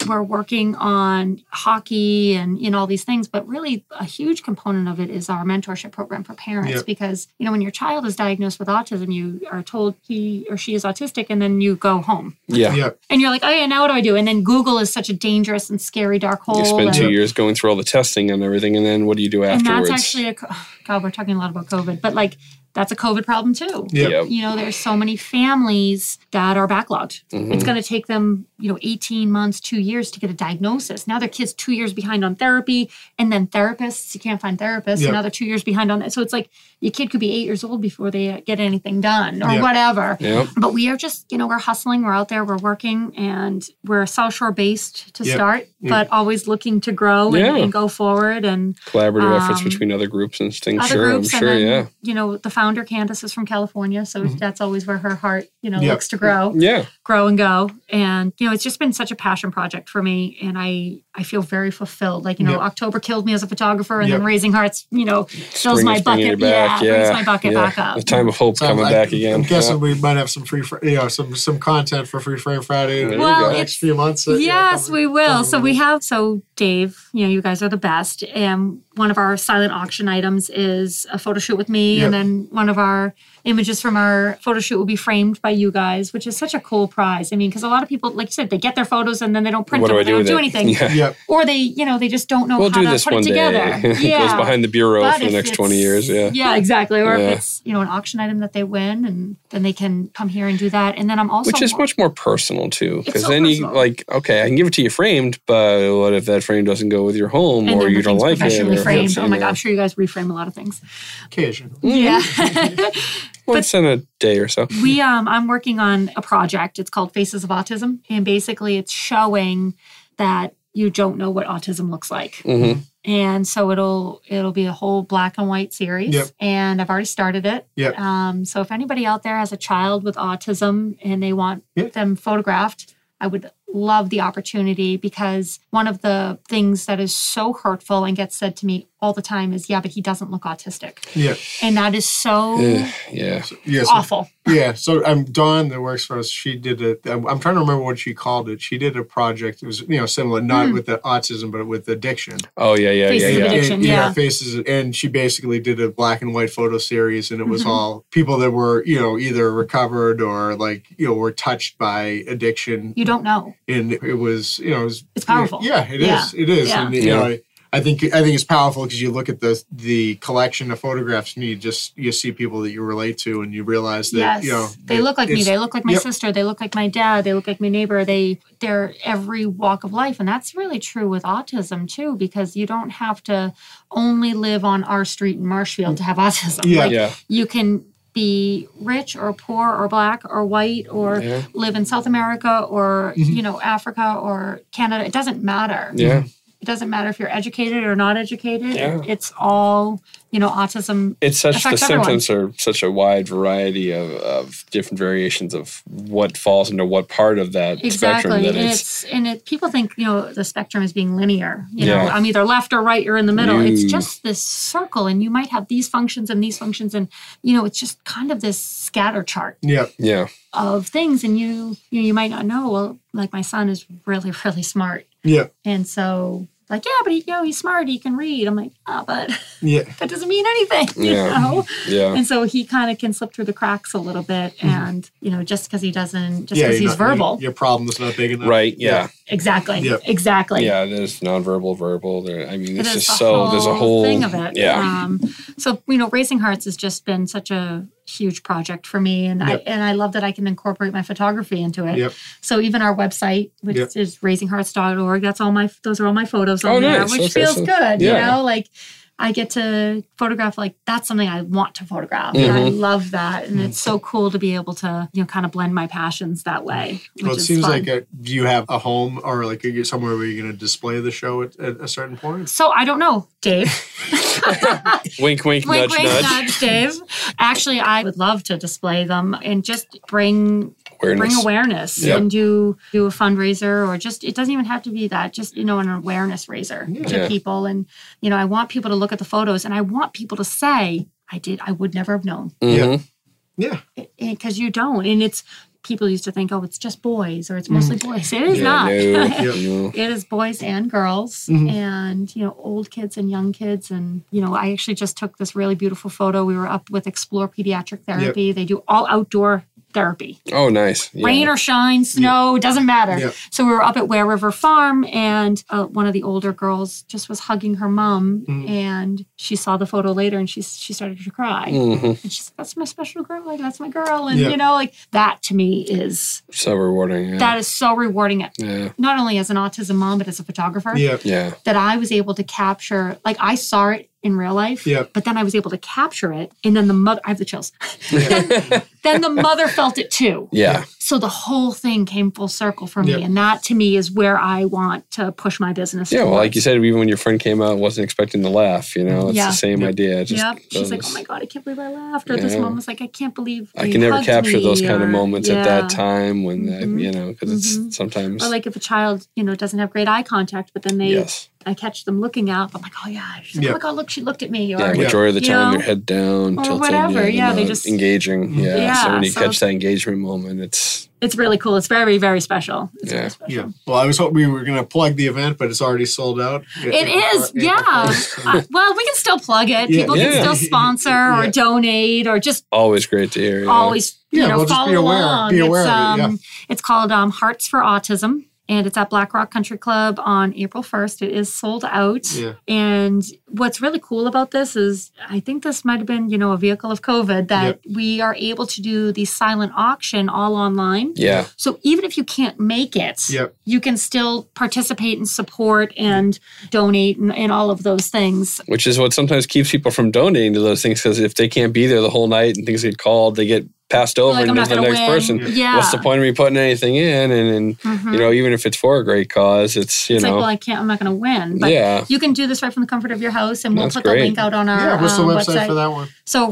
S3: We're working on hockey and you know all these things. But really, a huge component of it is our mentorship program for parents
S2: Yep.
S3: because you know when your child is diagnosed with autism, you are told he or she is autistic, and then you go home
S4: Yeah.
S2: Yeah.
S3: and you're like, "Oh yeah, now what do I do?" And then Google is such a dangerous and scary dark hole.
S4: You spend
S3: and-
S4: two years going through all the testing and everything, and then what do you do
S3: and
S4: afterwards?
S3: that's actually a co- god we're talking a lot about covid but like that's a COVID problem too.
S2: Yeah.
S4: Yep.
S3: You know, there's so many families that are backlogged.
S4: Mm-hmm.
S3: It's
S4: Mm.
S3: going to take them, you know, 18 months, two years to get a diagnosis. Now their kids two years behind on therapy, and then therapists. You can't find therapists.
S2: Yeah.
S3: Another two years behind on that. So it's like your kid could be eight years old before they uh, get anything done or
S2: Yeah.
S3: whatever.
S4: Yep.
S3: But we are just, you know, we're hustling, we're out there, we're working, and we're South Shore based to
S2: Yeah.
S3: start,
S2: Yeah.
S3: but always looking to grow and,
S4: Yeah.
S3: and go forward and
S4: Collaborative efforts
S3: Um,
S4: between other groups and things.
S3: other
S4: sure,
S3: groups.
S4: I'm sure.
S3: and then,
S4: Yeah. Mm-hmm.
S3: you know, the founder Candace is from California, so that's always where her heart, you know,
S2: Yeah.
S3: looks to grow
S4: Yeah.
S3: grow and go and you know it's just been such a passion project for me and i i feel very fulfilled like you know
S2: Yep.
S3: october killed me as a photographer and
S2: Yep.
S3: then raising hearts you know fills
S4: Spring
S3: my
S4: is bringing
S3: bucket
S4: it back,
S3: yeah, brings
S4: yeah,
S3: my bucket
S4: yeah.
S3: back up
S4: The time of hope
S2: So
S4: coming
S2: I-
S4: back again.
S2: I'm guessing
S4: Yeah.
S2: we might have some free, fr- you know, some some content for Free Frame Friday in
S4: Well,
S2: the
S3: it's-
S2: next few months. that, you know,
S3: Yes,
S2: probably-
S3: we will. So
S2: probably-
S3: we have so Dave, you know, you guys are the best. And one of our silent auction items is a photo shoot with me,
S2: Yep.
S3: and then one of our images from our photo shoot will be framed by you guys, which is such a cool prize. I mean, because a lot of people, like you said, they get their photos and then they don't print
S4: What
S3: them,
S4: do I
S3: or they
S4: do
S3: do not
S4: with
S3: do
S4: it?
S3: anything,
S4: Yeah.
S2: Yep.
S3: or they, you know, they just don't know
S4: We'll
S3: how
S4: do
S3: to
S4: this
S3: put it
S4: one
S3: together.
S4: day. it goes
S3: Yeah.
S4: behind the bureau
S3: But
S4: for the
S3: if
S4: next
S3: it's-
S4: 20 years. Yeah.
S3: Yeah, exactly. Or
S4: Yeah.
S3: if it's, you know, an auction item that they win and then they can come here and do that. And then I'm also
S4: Which is much more personal too,
S3: It's
S4: because
S3: so
S4: then
S3: personal.
S4: you like, okay, I can give it to you framed, but what if that frame doesn't go with your home
S3: and
S4: or
S3: then
S4: you
S3: the
S4: don't
S3: thing's
S4: like it?
S3: professionally
S4: or-
S3: framed. Oh my
S4: Yeah. Mm-hmm.
S3: god, I'm sure you guys reframe a lot of things.
S2: Occasionally.
S3: Yeah.
S4: Once in a day or so.
S3: we um I'm working on a project. It's called Faces of Autism and basically it's showing that you don't know what autism looks like.
S4: Mhm.
S3: And so it'll it'll be a whole black and white series
S2: Yep.
S3: and I've already started it.
S2: Yep.
S3: Um so if anybody out there has a child with autism and they want
S2: Yep.
S3: them photographed, I would love the opportunity because one of the things that is so hurtful and gets said to me all the time is yeah, but he doesn't look autistic.
S2: Yeah.
S3: And that is so
S4: Yeah. yeah.
S2: Yeah. So,
S3: awful.
S2: yeah. So um, Dawn that works for us, she did a. I'm I'm trying to remember what she called it. She did a project. It was you know similar,
S3: Hmm.
S2: not with the autism, but with addiction.
S4: Oh yeah, yeah, yeah,
S3: Faces of
S4: yeah.
S3: addiction.
S2: And,
S3: yeah.
S2: faces, and she basically did a black and white photo series, and it was
S3: Mhm.
S2: all people that were, you know, either recovered or like, you know, were touched by addiction,
S3: You don't know.
S2: and it was, you know, it was
S3: It's powerful.
S2: Yeah, it is.
S3: Yeah.
S2: It is.
S3: Yeah.
S2: And you
S4: Yeah.
S2: know, I think I think it's powerful because you look at the the collection of photographs, and you just you see people that you relate to, and you realize that
S3: yes.
S2: you know
S3: they
S2: that
S3: look like me.
S2: it's-
S3: They look like my
S2: yep.
S3: sister. They look like my dad. They look like my neighbor. They they're every walk of life. And that's really true with autism too, because you don't have to only live on our street in Marshfield to have autism.
S2: Yeah.
S3: Like,
S4: Yeah.
S3: you can be rich or poor or black or white or
S4: Yeah.
S3: live in South America or
S2: Mhm.
S3: you know Africa or Canada. It doesn't matter.
S4: Yeah.
S3: It doesn't matter if you're educated or not educated.
S4: Yeah.
S3: It's all, you know, autism
S4: It's such the
S3: affects everyone.
S4: symptoms are such a wide variety of, of different variations of what falls into what part of that spectrum
S3: Exactly.
S4: that
S3: And it's
S4: it's
S3: and it people think, you know, the spectrum is being linear. You know,
S4: Yeah.
S3: I'm either left or right, you're in the middle. It's
S4: Mm.
S3: just this circle and you might have these functions and these functions and you know, it's just kind of this scatter chart
S2: yeah,
S4: yeah.
S3: of things and you you, you might not know, well, like my son is really, really smart.
S2: yeah,
S3: And so like, yeah, but he you know, he's smart, he can read. I'm like, ah, but
S2: yeah.
S3: that doesn't mean anything, you
S4: Yeah.
S3: know?
S4: Yeah. Mm-hmm.
S3: And so he kind of can slip through the cracks a little bit and you know, just because he doesn't just
S2: yeah,
S3: because
S2: you're
S3: he's
S2: not-
S3: verbal.
S2: Your, your problem is not big enough.
S4: Right. Yeah.
S3: Exactly.
S2: Yeah.
S3: Exactly.
S4: Yeah. There's nonverbal, verbal. There. I mean, it's
S3: There's
S4: just
S3: a
S4: so. There's a whole
S3: thing of it.
S4: Yeah.
S3: Um, so you know, Raising Hearts has just been such a huge project for me, and
S2: Yep.
S3: I and I love that I can incorporate my photography into it.
S2: Yep.
S3: So even our website, which
S2: Yep.
S3: is raisinghearts.org, that's all my those are all my photos on
S4: Oh,
S3: there,
S4: nice.
S3: which
S4: Okay,
S3: feels
S4: so-
S3: good.
S4: yeah.
S3: You know, like I get to photograph like that's something I want to photograph. And I
S4: Mhm.
S3: love that, and it's so
S4: Mm-hmm.
S3: cool to be able to you know kind of blend my passions that way. Which
S2: Well, it
S3: is
S2: seems
S3: fun.
S2: like a, do you have a home or like a, somewhere where you're going to display the show at, at a certain point?
S3: so I don't know, Dave.
S4: Wink, wink,
S3: Wink,
S4: nudge,
S3: wink,
S4: nudge.
S3: nudge, Dave. Actually, I would love to display them and just bring
S4: Awareness.
S3: bring awareness
S4: Yeah.
S3: and do do a fundraiser or just it doesn't even have to be that. Just you know, an awareness raiser to
S4: Yeah.
S3: people. And you know, I want people to look at the photos and I want people to say, "I did. I would never have known,"
S4: Mhm.
S2: Yeah,
S3: because you don't. And it's people used to think, "Oh, it's just boys or it's mostly boys." It is
S4: Yeah,
S3: not.
S4: no, Mm-hmm. no.
S3: It is boys and girls,
S2: Mhm.
S3: and you know, old kids and young kids. And you know, I actually just took this really beautiful photo. We were up with Explore Pediatric Therapy. They do all outdoor therapy.
S4: Oh, nice. Yeah.
S3: Rain or shine, snow, doesn't matter.
S2: Yeah.
S3: So we were up at Ware River Farm, and uh, one of the older girls just was hugging her mom,
S2: Mm.
S3: and she saw the photo later, and she she started to cry,
S4: Mhm.
S3: and she's like, "That's my special girl, like that's my girl," and
S2: Mm. Yeah.
S3: you know, like that to me is
S4: So rewarding. Yeah.
S3: that is so rewarding. It
S4: yeah.
S3: not only as an autism mom, but as a photographer,
S2: Yeah.
S4: Yeah.
S3: that I was able to capture. Like I saw it in real life,
S2: Yeah.
S3: but then I was able to capture it, and then the mother. I have the chills. then, then the mother felt it too.
S4: Yeah.
S3: So the whole thing came full circle for me,
S2: Yeah.
S3: and that to me is where I want to push my business.
S4: Yeah. Well,
S3: towards.
S4: like you said, even when your friend came out, wasn't expecting the laugh. You know, it's
S3: Yeah.
S4: the same
S2: Yeah.
S4: idea. Just
S3: Yep. She's like,
S4: those-
S3: oh my God, I can't believe I laughed. Or this
S4: Yeah.
S3: mom was like, I can't believe.
S4: I
S3: you
S4: can never
S3: hugged
S4: capture
S3: me,"
S4: those kind
S3: or-
S4: of moments at
S3: Yeah.
S4: that time when
S3: Mhm.
S4: I, you know because
S3: Mhm.
S4: it's sometimes
S3: Or like if a child, you know, doesn't have great eye contact, but then they,
S4: yes
S3: I catch them looking up. I'm like, oh yeah, she's like,
S2: Yeah.
S3: oh my God, look, she looked at me. Or
S4: yeah,
S2: Yeah.
S4: majority of the
S3: You
S4: time
S3: know?
S4: your head down
S3: Or
S4: tilted
S3: whatever,
S4: you're
S3: yeah, they
S4: not
S3: just- Mm-hmm.
S4: engaging yeah. so
S3: Yeah,
S4: when you
S3: so-
S4: catch that engagement moment it's
S3: it's really cool. It's very, very special. It's
S4: Yeah.
S3: very special.
S2: Yeah. Well, I was hoping we were going to plug the event, but it's already sold out.
S3: It is, yeah. Uh, well, we can still plug it.
S2: Yeah.
S3: People
S4: Yeah.
S3: can still sponsor or
S2: Yeah.
S3: donate or just
S4: always great to hear yeah.
S3: always you
S2: Yeah,
S3: know
S2: well, just
S3: follow
S2: be aware-
S3: along.
S2: be aware
S3: it's,
S2: of
S3: um,
S2: it,
S3: it's called um, Hearts for Autism, and it's at Black Rock Country Club on April first. It is sold out.
S2: Yeah.
S3: And what's really cool about this is, I think this might have been you know a vehicle of COVID that we are able to do the silent auction all online.
S4: yeah
S3: So even if you can't make it,
S2: Yep.
S3: you can still participate and support and donate and, and all of those things.
S4: which is what sometimes keeps people from donating to those things because if they can't be there the whole night and things get called they get passed over
S3: Like,
S4: and
S3: I'm not
S4: there's the
S3: going to
S4: next
S3: win.
S4: person
S3: Yeah.
S4: what's the point of me putting anything in and, and
S3: Mhm.
S4: you know even if it's for a great cause it's you
S3: it's
S4: know
S3: like, well, I can't. I'm not going to win. But
S4: yeah
S3: you can do this right from the comfort of your house, and we'll
S4: That's
S3: put the
S4: great.
S3: link out on our
S2: Yeah. What's the
S3: um,
S2: website, for that one?
S3: So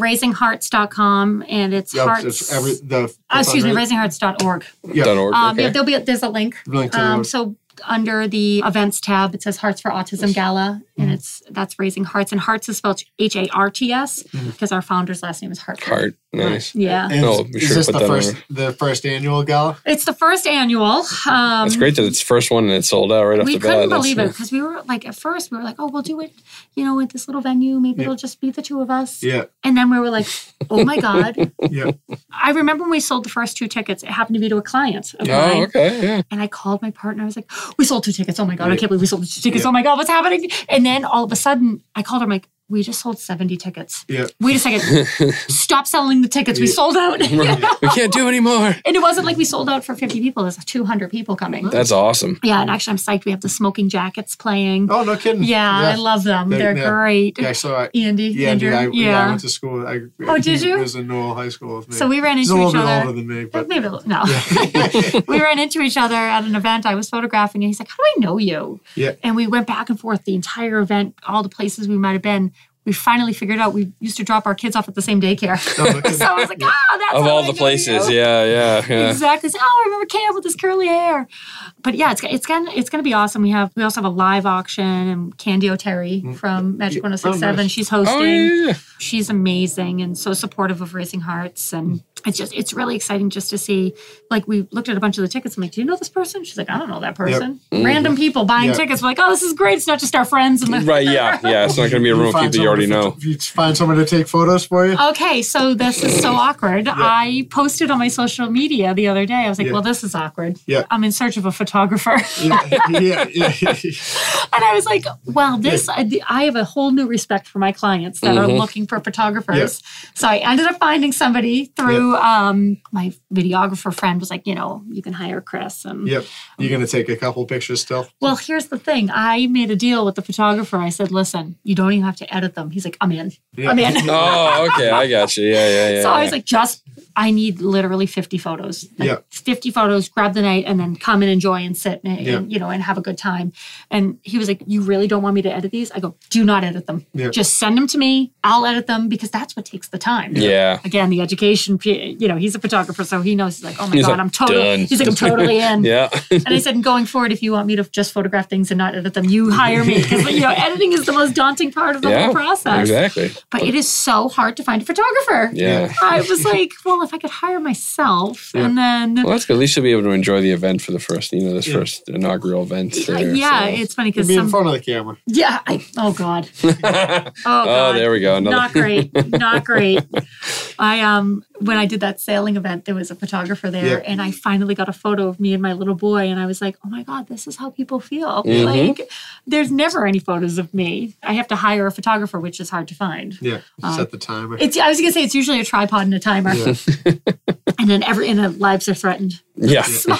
S3: raisinghearts.com, and it's
S2: Yeah,
S3: hearts.
S2: it's every, the,
S3: uh, excuse me,
S2: fundraiser-
S3: raisinghearts.org.
S2: Yeah.
S4: dot org,
S3: Um,
S4: okay.
S3: yeah, there'll be a, there's a link.
S2: Link to
S3: Um,
S2: the-
S3: so under the events tab, it says Hearts for Autism Gala,
S2: Mm-hmm.
S3: and it's that's raising hearts, and hearts is spelled H A R T S
S2: Mm-hmm.
S3: because our founder's last name is Hart.
S4: heart nice
S3: Yeah.
S2: Is,
S4: Oh,
S2: is
S4: we should've
S2: this
S4: put
S2: the
S4: that on
S2: first the first annual gala?
S3: It's the first annual. Um,
S4: It's great that it's the first one and it's sold out right off
S3: we
S4: the bat.
S3: couldn't
S4: That's-
S3: believe it because we were like, at first, we were like, oh, we'll do it, you know, at this little venue. Maybe
S2: Yeah.
S3: it'll just be the two of us.
S2: Yeah,
S3: And then we were like, oh my God.
S2: yeah.
S3: I remember when we sold the first two tickets, it happened to be to a client of mine.
S4: Oh, okay. Yeah.
S3: And I called my partner. I was like, we sold two tickets. Oh my God, I
S2: Yeah.
S3: can't believe we sold two tickets.
S2: Yeah.
S3: Oh my God, what's happening? And then all of a sudden, I called her. I'm like, we just sold 70 tickets.
S2: Yeah.
S3: Wait a second. Stop selling the tickets. We
S2: Yeah.
S3: sold out.
S4: we can't do anymore.
S3: and it wasn't like we sold out for 50 people, there's 200 people coming.
S4: That's awesome.
S3: yeah, and actually, I'm psyched. We have the smoking jackets playing.
S2: Oh, no kidding.
S3: yeah, I love them.
S2: They-
S3: They're,
S2: yeah.
S3: great.
S2: Yeah, so I,
S3: Andy,
S2: yeah,
S3: Andrew,
S2: dude, I, yeah. I
S3: yeah.
S2: went to school. with- I,
S3: Oh, did
S2: he
S3: you?
S2: Was in Noel High School with me.
S3: So we ran
S2: He's
S3: into
S2: a
S3: each
S2: little bit
S3: other.
S2: older than me,
S3: Like,
S2: but
S3: Maybe a little, no. we ran into each other at an event. I was photographing, and he's like, "How do I know you?"
S2: Yeah.
S3: And we went back and forth the entire event, all the places we might have been. We finally figured out we used to drop our kids off at the same daycare.
S2: no, no kidding.
S3: so I was like, "Ah, that's
S4: Of
S3: how
S4: all
S3: I
S4: the
S3: know
S4: places,
S3: you."
S4: yeah, yeah, yeah.
S3: Exactly. So, oh, I remember Cam with his curly hair. But yeah, it's it's gonna it's gonna be awesome. We have we also have a live auction and Candy O'Terry from Magic
S2: Yeah.
S3: One Hundred Six
S2: Oh,
S3: Seven.
S2: nice.
S3: She's hosting
S4: Mm, Oh yeah,
S3: she's amazing and so supportive of raising hearts and it's just it's really exciting just to see like we looked at a bunch of the tickets i'm like do you know this person she's like i don't know that person
S2: Mm-hmm.
S3: random people buying
S2: Yep.
S3: tickets we're like oh this is great it's not just our friends and
S4: yeah.
S3: the
S4: Right, yeah, yeah. It's not going to be a room of
S2: find
S4: people you already
S2: someone
S4: know.
S2: to- You find someone to take photos for you.
S3: Okay, so this is so awkward. I posted on my social media the other day. I was like,
S2: Yeah.
S3: "Well, this is awkward.
S2: Yeah.
S3: I'm in search of a photographer."
S2: yeah, yeah, yeah.
S3: And I was like, well, this, I, I have a whole new respect for my clients that are looking for photographers. So I ended up finding somebody through um, my videographer friend was like, you know, you can hire Chris. And
S2: Yep. You're gonna take a couple pictures still.
S3: well, here's the thing. I made a deal with the photographer. I said, listen, you don't even have to edit them. He's like, I'm in.
S2: Yeah.
S3: I'm in.
S4: Oh, okay, I got you. Yeah, yeah, yeah.
S3: So I was
S4: yeah.
S3: like, just I need literally 50 photos. Like,
S2: Yeah.
S3: 50 photos, grab the night and then come and enjoy and sit and,
S2: Yeah.
S3: and, you know and have a good time. And he was like, You really don't want me to edit these? I go, do not edit them.
S2: Yeah.
S3: Just send them to me. I'll edit them because that's what takes the time.
S4: yeah.
S3: Again, the education, pe- you know, he's a photographer, so he knows. He's like, oh my
S4: He's
S3: god,
S4: like,
S3: I'm totally.
S4: done.
S3: He's like, I'm totally in.
S4: Yeah,
S3: And I said, going forward, if you want me to just photograph things and not edit them, you hire me because you know editing is the most daunting part of the
S4: yeah,
S3: whole process.
S4: exactly.
S3: But it is so hard to find a photographer.
S4: Yeah,
S3: I was like, well, if I could hire myself and then.
S4: well, that's good. At least you'll be able to enjoy the event for the first, you know, this first inaugural event. There,
S3: yeah,
S4: so.
S3: it's funny because
S2: Be in
S3: some.
S2: front of the camera.
S3: Yeah, I, oh god, oh
S4: oh,
S3: god,
S4: there we go. Another.
S3: not great, not great. I um, when I did that sailing event, there was a photographer there,
S2: Yeah.
S3: and I finally got a photo of me and my little boy, and I was like, "Oh my god, this is how people feel."
S4: Mhm.
S3: Like, there's never any photos of me. I have to hire a photographer, which is hard to find.
S2: Yeah.
S3: Um,
S2: Set the timer.
S3: It's I was gonna say it's usually a tripod and a timer,
S2: Yeah.
S3: and then every and then lives are threatened.
S4: Yeah.
S3: Smile.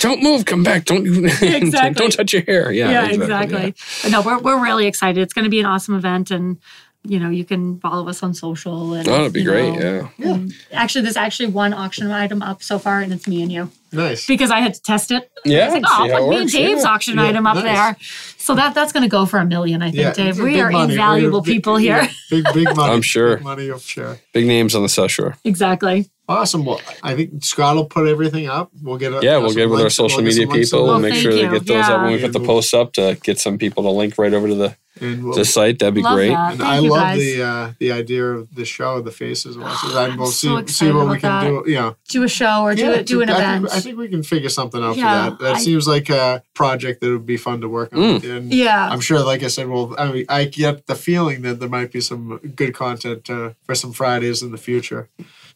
S4: don't move. Come back. Don't
S3: Exactly.
S4: don't touch your hair. Yeah.
S3: yeah, exactly. But no, we're we're really excited. It's gonna be an awesome event, and you know you can follow us on social. And
S4: yeah. Oh, that'd be
S3: you
S4: great.
S3: know,
S4: Yeah.
S2: yeah.
S3: Actually, there's actually one auction item up so far, and it's me and you
S2: Nice.
S3: because I had to test it.
S4: Yeah.
S3: I was like, oh,
S4: see
S3: I'll put
S4: how it
S3: me and
S4: works,
S3: Dave's
S4: yeah.
S3: auction
S2: Yeah,
S3: item up
S2: nice.
S3: there. So that that's going to go for a million, I think, Dave.
S2: it's
S3: We
S2: big
S3: are
S2: money. We're gonna-
S3: invaluable
S2: big-
S3: people here.
S2: yeah, Big, big money.
S4: I'm sure.
S2: Big money of share.
S4: Big names on the South Shore.
S3: Exactly.
S2: Awesome. Well, I think Scott will put everything up. We'll get a,
S4: Yeah, we'll get with our
S2: links-
S4: social
S2: we'll get
S4: media
S2: some links
S4: people
S3: Well,
S4: and
S2: and
S4: make
S3: thank
S4: sure they
S3: you.
S4: get those up when we
S2: Yeah.
S4: put the posts up to get some people to link right over to the,
S2: and we'll-
S4: the site. That'd be
S3: Love
S4: great.
S3: that.
S2: And
S3: Thank
S2: I
S3: you
S2: love
S3: guys.
S2: the uh, the idea of the show, the faces. and voices. I
S3: I'm
S2: will
S3: so
S2: see see what we
S3: excited
S2: can
S3: about
S2: do. Yeah,
S3: Do a show or do
S2: yeah
S3: it. Do an
S2: I
S3: event.
S2: Think, I think we can figure something out
S3: Yeah,
S2: for that. That
S3: I-
S2: seems like a project that would be fun to work on. And
S3: yeah.
S2: I'm sure, like I said, well, I mean, I get the feeling that there might be some good content uh, for some Fridays in the future.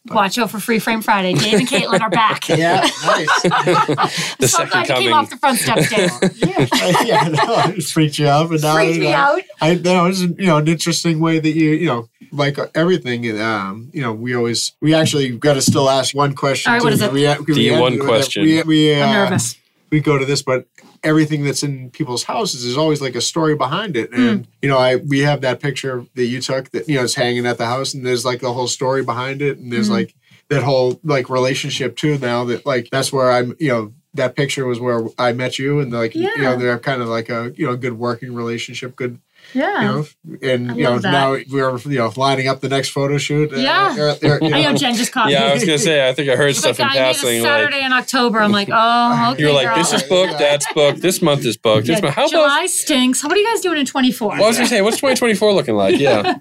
S3: Watch out for Free Frame Friday. Dave and Caitlin are back.
S2: Yeah, nice.
S4: The
S3: so
S4: second
S3: glad you
S4: coming.
S3: came off the front steps, Dave.
S2: yeah, yeah. No, it just freaked you out, but now
S3: Freaked
S2: you
S3: me
S2: know,
S3: out.
S2: I that was you know an interesting way that you you know like uh, everything um you know we always we actually got to still ask one question.
S3: All right, what
S2: to-
S3: is it?
S2: We, we
S4: The
S2: end
S4: one
S2: with it.
S4: question.
S2: We we, uh,
S3: I'm nervous.
S2: we go to this, but everything that's in people's houses is always like a story behind
S3: Hmm.
S2: it. And you know, I we have that picture that you took that you know is hanging at the house, and there's like the whole story behind it, and
S3: Hmm.
S2: there's like that whole like relationship too. Now that like that's where I'm, you know. That picture was where I met you, and like you
S3: Yeah.
S2: know, they're kind of like a you know good working relationship, good
S3: Yeah.
S2: you know, and
S3: I
S2: you know
S3: love that.
S2: now we're you know lining up the next photo shoot. uh,
S3: Yeah.
S2: or- or, you
S3: I know
S2: know.
S3: Jen just called
S4: Yeah, I
S3: me.
S4: was gonna say. I think I heard
S3: She's
S4: stuff in
S3: like, I need a
S4: passing.
S3: Saturday
S4: Like
S3: in October. I'm like, oh, okay.
S4: you were like,
S3: girl.
S4: this is booked, that's booked, this month is booked. This
S3: Yeah,
S4: month. How about?
S3: July stinks. How- What are you guys doing in 24?
S4: Well, I was gonna say, what's 2024 looking like? Yeah,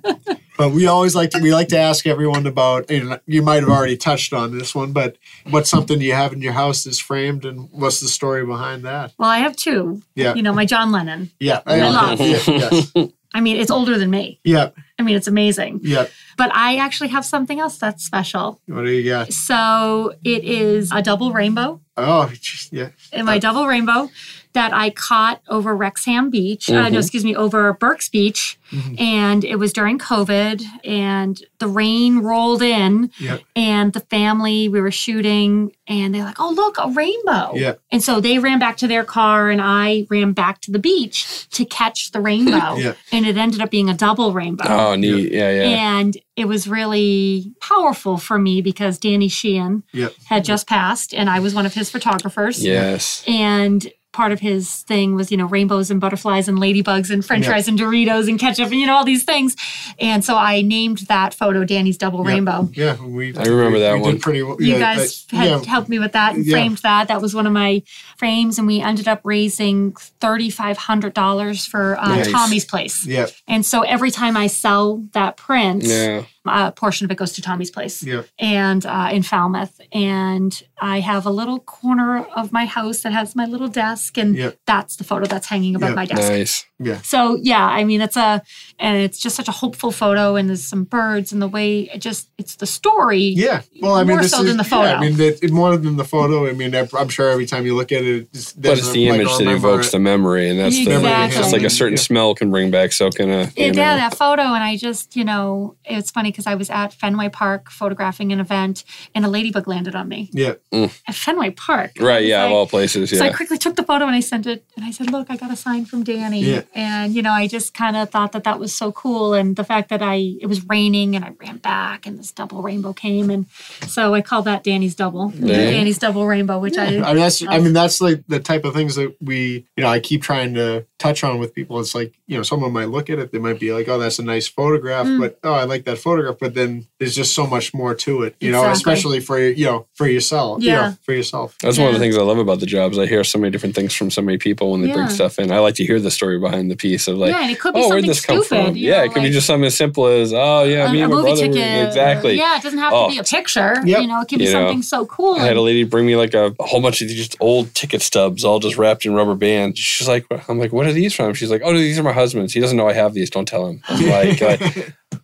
S2: But we always like to we like to ask everyone about. You, know, you might have already touched on this one, but what's something you have in your house that's framed, and what's the story behind that?
S3: Well, I have two.
S2: Yeah.
S3: You know, my John Lennon.
S2: Yeah,
S3: I love.
S2: Yeah, yes.
S3: I mean, it's older than me.
S2: yeah,
S3: I mean, it's amazing.
S2: yeah.
S3: But I actually have something else that's special.
S2: What do you got?
S3: So it is a double rainbow.
S2: Oh, geez, yeah.
S3: And my double rainbow that I caught over Rexham Beach, uh,
S4: Mm-hmm.
S3: no, excuse me, over Burke's Beach. And it was during COVID, and the rain rolled in.
S2: Yeah.
S3: And the family, we were shooting, and they're like, oh, look, a rainbow.
S2: Yeah.
S3: And so they ran back to their car, and I ran back to the beach to catch the rainbow.
S2: Yeah.
S3: And it ended up being a double rainbow.
S4: oh, neat. Yeah, yeah.
S3: And it was really powerful for me because Danny Sheehan
S2: Yep.
S3: had just passed, and I was one of his photographers.
S4: Yes.
S3: And part of his thing was, you know, rainbows and butterflies and ladybugs and french
S2: Yep.
S3: fries and Doritos and ketchup and, you know, all these things. And so I named that photo Danny's Double
S2: Yep.
S3: Rainbow.
S2: Yeah, we.
S4: I remember
S2: we-
S4: that
S2: we
S4: one.
S2: Did pretty well.
S3: You
S2: yeah,
S3: guys
S2: I-
S3: had
S2: yeah,
S3: helped me with that and
S2: Yeah.
S3: framed that. That was one of my frames, and we ended up raising $3,500 for uh,
S4: Nice.
S3: Tommy's Place.
S2: yeah,
S3: And so every time I sell that print,
S4: Yeah.
S3: a portion of it goes to Tommy's Place
S2: yeah.
S3: and uh, in Falmouth. And I have a little corner of my house that has my little desk, and
S2: Yeah.
S3: that's the photo that's hanging above
S2: Yeah.
S3: my desk.
S4: Nice.
S3: So yeah, I mean it's a and it's just such a hopeful photo, and there's some birds, and the way it just it's the story.
S2: Yeah. Well, I mean,
S3: More
S2: this
S3: so
S2: is,
S3: than the
S2: Yeah,
S3: photo.
S2: I mean, that, more than the photo. I mean, I, I'm sure every time you look at it, it's,
S4: But it's the image that evokes the memory, and that's the.
S3: Exactly.
S4: It's like a certain
S2: Yeah.
S4: smell can bring back. So can a.
S3: Yeah,
S4: You know.
S3: that photo, and I just, you know, it's funny because I was at Fenway Park photographing an event, and a ladybug landed on me
S2: Yeah.
S3: at Fenway Park. I
S4: Right.
S3: was
S4: Yeah. Of
S3: like-
S4: all places.
S3: So I
S4: Yeah.
S3: quickly took the photo and I sent it. And I said, Look, I got a sign from Danny.
S2: Yeah.
S3: And, you know, I just kind of thought that that was so cool. And the fact that I, it was raining and I ran back and this double rainbow came. And so I called that Danny's double,
S4: Yeah.
S3: Danny's double rainbow, which
S2: I
S3: I,
S2: mean, that's, I mean, that's like the type of things that we, you know, I keep trying to touch on with people. It's like, you know, someone might look at it, they might be like, oh, that's a nice photograph,
S3: Mm.
S2: but oh, I like that photograph. But then there's just so much more to it, you know,
S3: Exactly.
S2: especially for, you know, for yourself. Yeah.
S3: Yeah.
S2: You know, for yourself.
S4: That's one of the
S3: Yeah.
S4: things I love about the jobs. I hear so many different things from so many people when they
S3: Yeah.
S4: bring stuff in. I like to hear the story behind the piece of like,
S3: yeah, and it could be
S4: oh, where'd
S3: something
S4: this come
S3: stupid.
S4: from?
S3: you
S4: Yeah,
S3: know,
S4: it could be
S3: like
S4: just something as simple as, oh yeah,
S3: a,
S4: me
S3: a
S4: and my
S3: movie
S4: brother.
S3: ticket. or-
S4: Exactly.
S3: Yeah, it doesn't have
S4: Oh.
S3: to be a picture.
S2: Yep.
S3: You know, it could be
S4: You know,
S3: something so cool.
S4: I had
S3: and-
S4: a lady bring me like a, a whole bunch of these just old ticket stubs, all just wrapped in rubber bands. She's like, I'm like, what are these from? She's like, oh, no, these are my husband's. He doesn't know I have these. Don't tell him. I'm like, uh,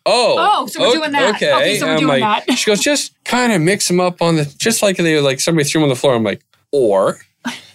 S4: Oh,
S3: Oh, so we're
S4: o-
S3: doing that.
S4: Okay,
S3: Okay, so we're
S4: I'm
S3: doing
S4: like,
S3: that.
S4: She goes, just kind of mix them up on the, just like they like somebody threw them on the floor. I'm like, or
S3: Or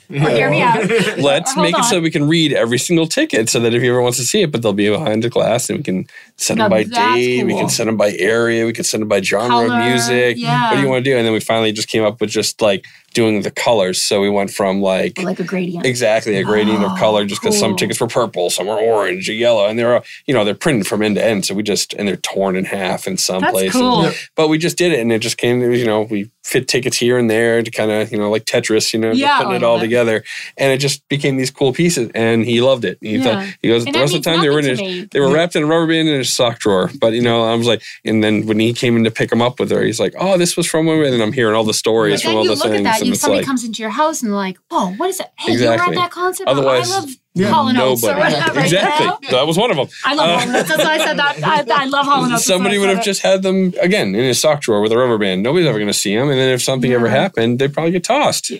S3: hear
S4: uh,
S3: me out.
S4: let's
S3: Hold
S4: make it so
S3: on.
S4: we can read every single ticket, so that if he ever wants to see it, but they'll be behind the glass, and we can send
S3: Now
S4: them by
S3: that's
S4: day, we
S3: cool.
S4: can send them by area, we can send them by genre,
S3: Color,
S4: of music.
S3: yeah.
S4: What do you want to do? And then we finally just came up with just like doing the colors. So we went from like
S3: like a gradient.
S4: Exactly, a gradient
S3: Oh,
S4: of color just because some
S3: cool.
S4: tickets were purple, some were orange, or yellow, and they're all- you know they're printed from end to end. So we just and they're torn in half in some
S3: That's
S4: places.
S3: cool.
S2: Yep.
S4: But we just did it, and it just came. You know, we fit tickets here and there to kind of you know like Tetris, you know, just
S3: Yeah,
S4: putting
S3: I
S4: it
S3: love
S4: all
S3: it.
S4: together, and it just became these cool pieces. And he loved it. He
S3: Yeah.
S4: thought he goes
S3: And
S4: the
S3: that
S4: rest of
S3: means
S4: the time they were in
S3: nothing
S4: his,
S3: to me.
S4: they were wrapped in a rubber band in his sock drawer. But you know, I was like, and then when he came in to pick them up with her, he's like, oh, this was from when, and I'm hearing all the stories
S3: But
S4: from
S3: then
S4: all
S3: you
S4: the
S3: look
S4: things,
S3: at that,
S4: and
S3: you,
S4: it's
S3: somebody
S4: like.
S3: comes into your house and like, oh, what is it? Hey, you
S4: Exactly.
S3: were at that concert?
S4: Otherwise-
S3: I love
S2: Yeah.
S3: Hall and Oates or
S2: Nobody.
S3: whatever. you
S4: Exactly.
S3: know?
S4: That was one of them.
S3: I love Hall and Oates. That's why I said that. I, I love Hall and Oates. That's why
S4: Somebody
S3: I
S4: would
S3: said it.
S4: have just had them again in his sock drawer with a rubber band. Nobody's ever going to see them. And then if something ever
S3: Yeah.
S4: happened, they'd probably get tossed.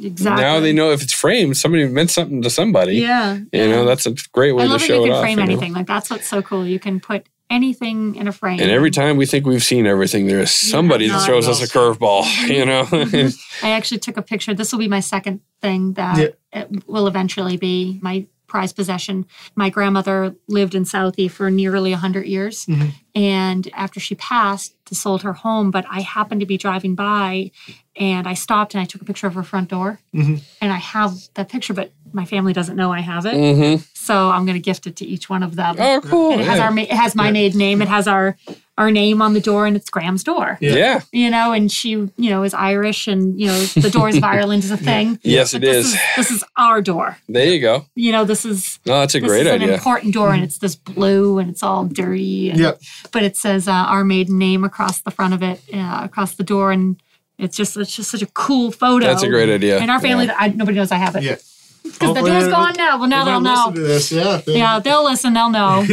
S3: exactly.
S4: Now they know if it's framed, somebody meant something to somebody.
S3: Yeah.
S4: You know, that's a great way
S3: I
S4: to
S3: love that
S4: show
S3: you
S4: it
S3: can
S4: off.
S3: frame
S4: you know?
S3: anything. Like that's what's so cool. You can put anything in a frame.
S4: And every time we think we've seen everything, there is somebody
S3: not Mm-hmm.
S4: that throws us a curveball, you know?
S3: I actually took a picture. This will be my second thing that it will eventually be my prized possession. My grandmother lived in Southie for nearly 100 years.
S2: Mhm.
S3: And after she passed, they sold her home. But I happened to be driving by and I stopped and I took a picture of her front door.
S2: Mhm.
S3: And I have that picture, but my family doesn't know I have it.
S4: hmm
S3: So I'm going to gift it to each one of them.
S4: Oh, cool.
S3: And it has
S4: Yeah.
S3: our ma- it has my maid name. It has our our name on the door, and it's Graham's door.
S2: Yeah.
S4: Yeah.
S3: You know, and she you know is Irish, and you know the doors of Ireland is a thing.
S4: Yes, it
S3: But this
S4: is.
S3: This is our door.
S4: There you go.
S3: You know, this is
S4: No, that's a
S3: this
S4: great
S3: is an
S4: idea.
S3: important door, and it's this blue, and it's all dirty. And,
S2: Yep.
S3: But it says uh, our maiden name across the front of it, uh, across the door, and it's just it's just such a cool photo.
S4: That's a great idea.
S3: And our family,
S4: Yeah.
S3: I, nobody knows I have it
S2: Yeah.
S3: because the door's gone now. Well, now they'll know.
S2: To this. Yeah. they-
S3: Yeah, they'll listen. They'll know.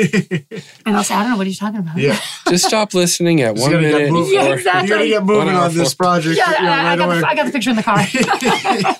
S3: and I'll say, I don't know what you're talking about.
S2: Yeah.
S4: Just stop listening at one
S2: gotta get
S4: minute.
S2: moving.
S4: before-
S3: Yeah, exactly.
S2: You gotta get
S4: One
S2: moving
S4: hour
S2: on this
S4: four.
S2: project.
S3: Yeah,
S2: you know,
S3: I, I
S2: right
S3: got
S2: away.
S3: the, I got the picture in the car.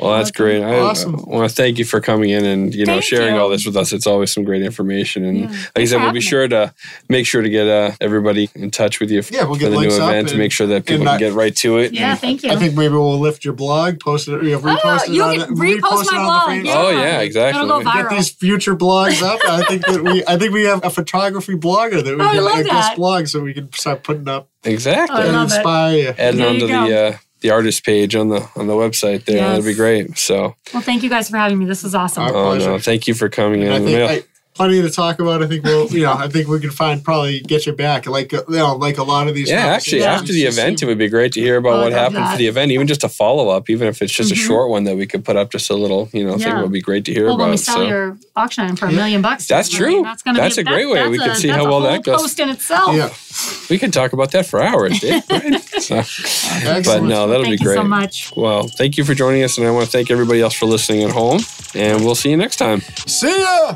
S4: Well, that's great.
S2: Awesome.
S4: I want to thank you for coming in and you know
S3: Thank
S4: sharing
S3: you.
S4: all this with us. It's always some great information, and
S3: Yeah.
S4: like I
S3: Thanks
S4: said,
S3: for
S4: we'll be
S3: having
S4: sure to make sure to get uh, everybody in touch with you f-
S2: Yeah, we'll
S4: for
S2: get
S4: the new
S2: links up
S4: event to
S2: and-
S4: make sure that people
S2: and
S4: can
S2: I-
S4: get right to it.
S3: yeah, thank you.
S2: I think maybe we'll lift your blog, post it, or repost it
S3: Oh, you
S2: on
S3: can
S2: it,
S3: repost
S2: it
S3: my
S2: on the
S3: blog,
S2: frame.
S3: yeah.
S4: Oh yeah, exactly.
S3: It'll go viral.
S2: Get these future blogs up. I think that we, I think we have a photography blogger that we
S3: I
S2: can
S3: love
S2: a
S3: that.
S2: guest blog, so we can start putting up
S4: Exactly.
S3: I
S2: and
S3: love it.
S2: inspire you.
S4: Adding
S3: Oh, There
S4: on
S3: you
S4: to
S3: go.
S4: the uh, the artist page on the on the website there. That'd be
S3: Yes.
S4: great. So,
S3: well, thank you guys for having me. This was awesome.
S2: All right.
S4: oh
S2: pleasure.
S4: no, thank you for coming
S2: And
S4: in.
S2: I think
S4: Yeah.
S2: I, plenty to talk about. I think we'll, you know, I think we can find probably get you back. Like uh, you know, like a lot of these.
S4: Yeah, actually,
S2: conversations
S4: after the
S2: just
S4: event, it
S2: seem-
S4: would be great to hear
S3: Oh,
S4: about
S3: I love
S4: what happened
S3: that. Mm-hmm.
S4: for the event, even just a follow up, even if it's just a short one that we could put up, just a little, you know, thing
S3: Yeah.
S4: would be great to hear
S3: well,
S4: about.
S3: when we sell
S4: so.
S3: your auction item for a million bucks,
S4: That's
S3: I mean,
S4: true.
S3: That's, gonna
S4: That's
S3: be,
S4: a great way.
S3: that's
S4: We
S3: a-
S4: can see
S3: that's
S4: how
S3: a
S4: well that
S3: whole
S4: goes.
S3: Post in itself.
S2: yeah,
S4: We can talk about that for hours, dude. right? So- but uh,
S2: excellent.
S4: no, Oh, that'll
S3: Thank
S4: be
S3: you
S4: great.
S3: so much.
S4: Well, thank you for joining us, and I want to thank everybody else for listening at home, and we'll see you next time.
S2: See ya.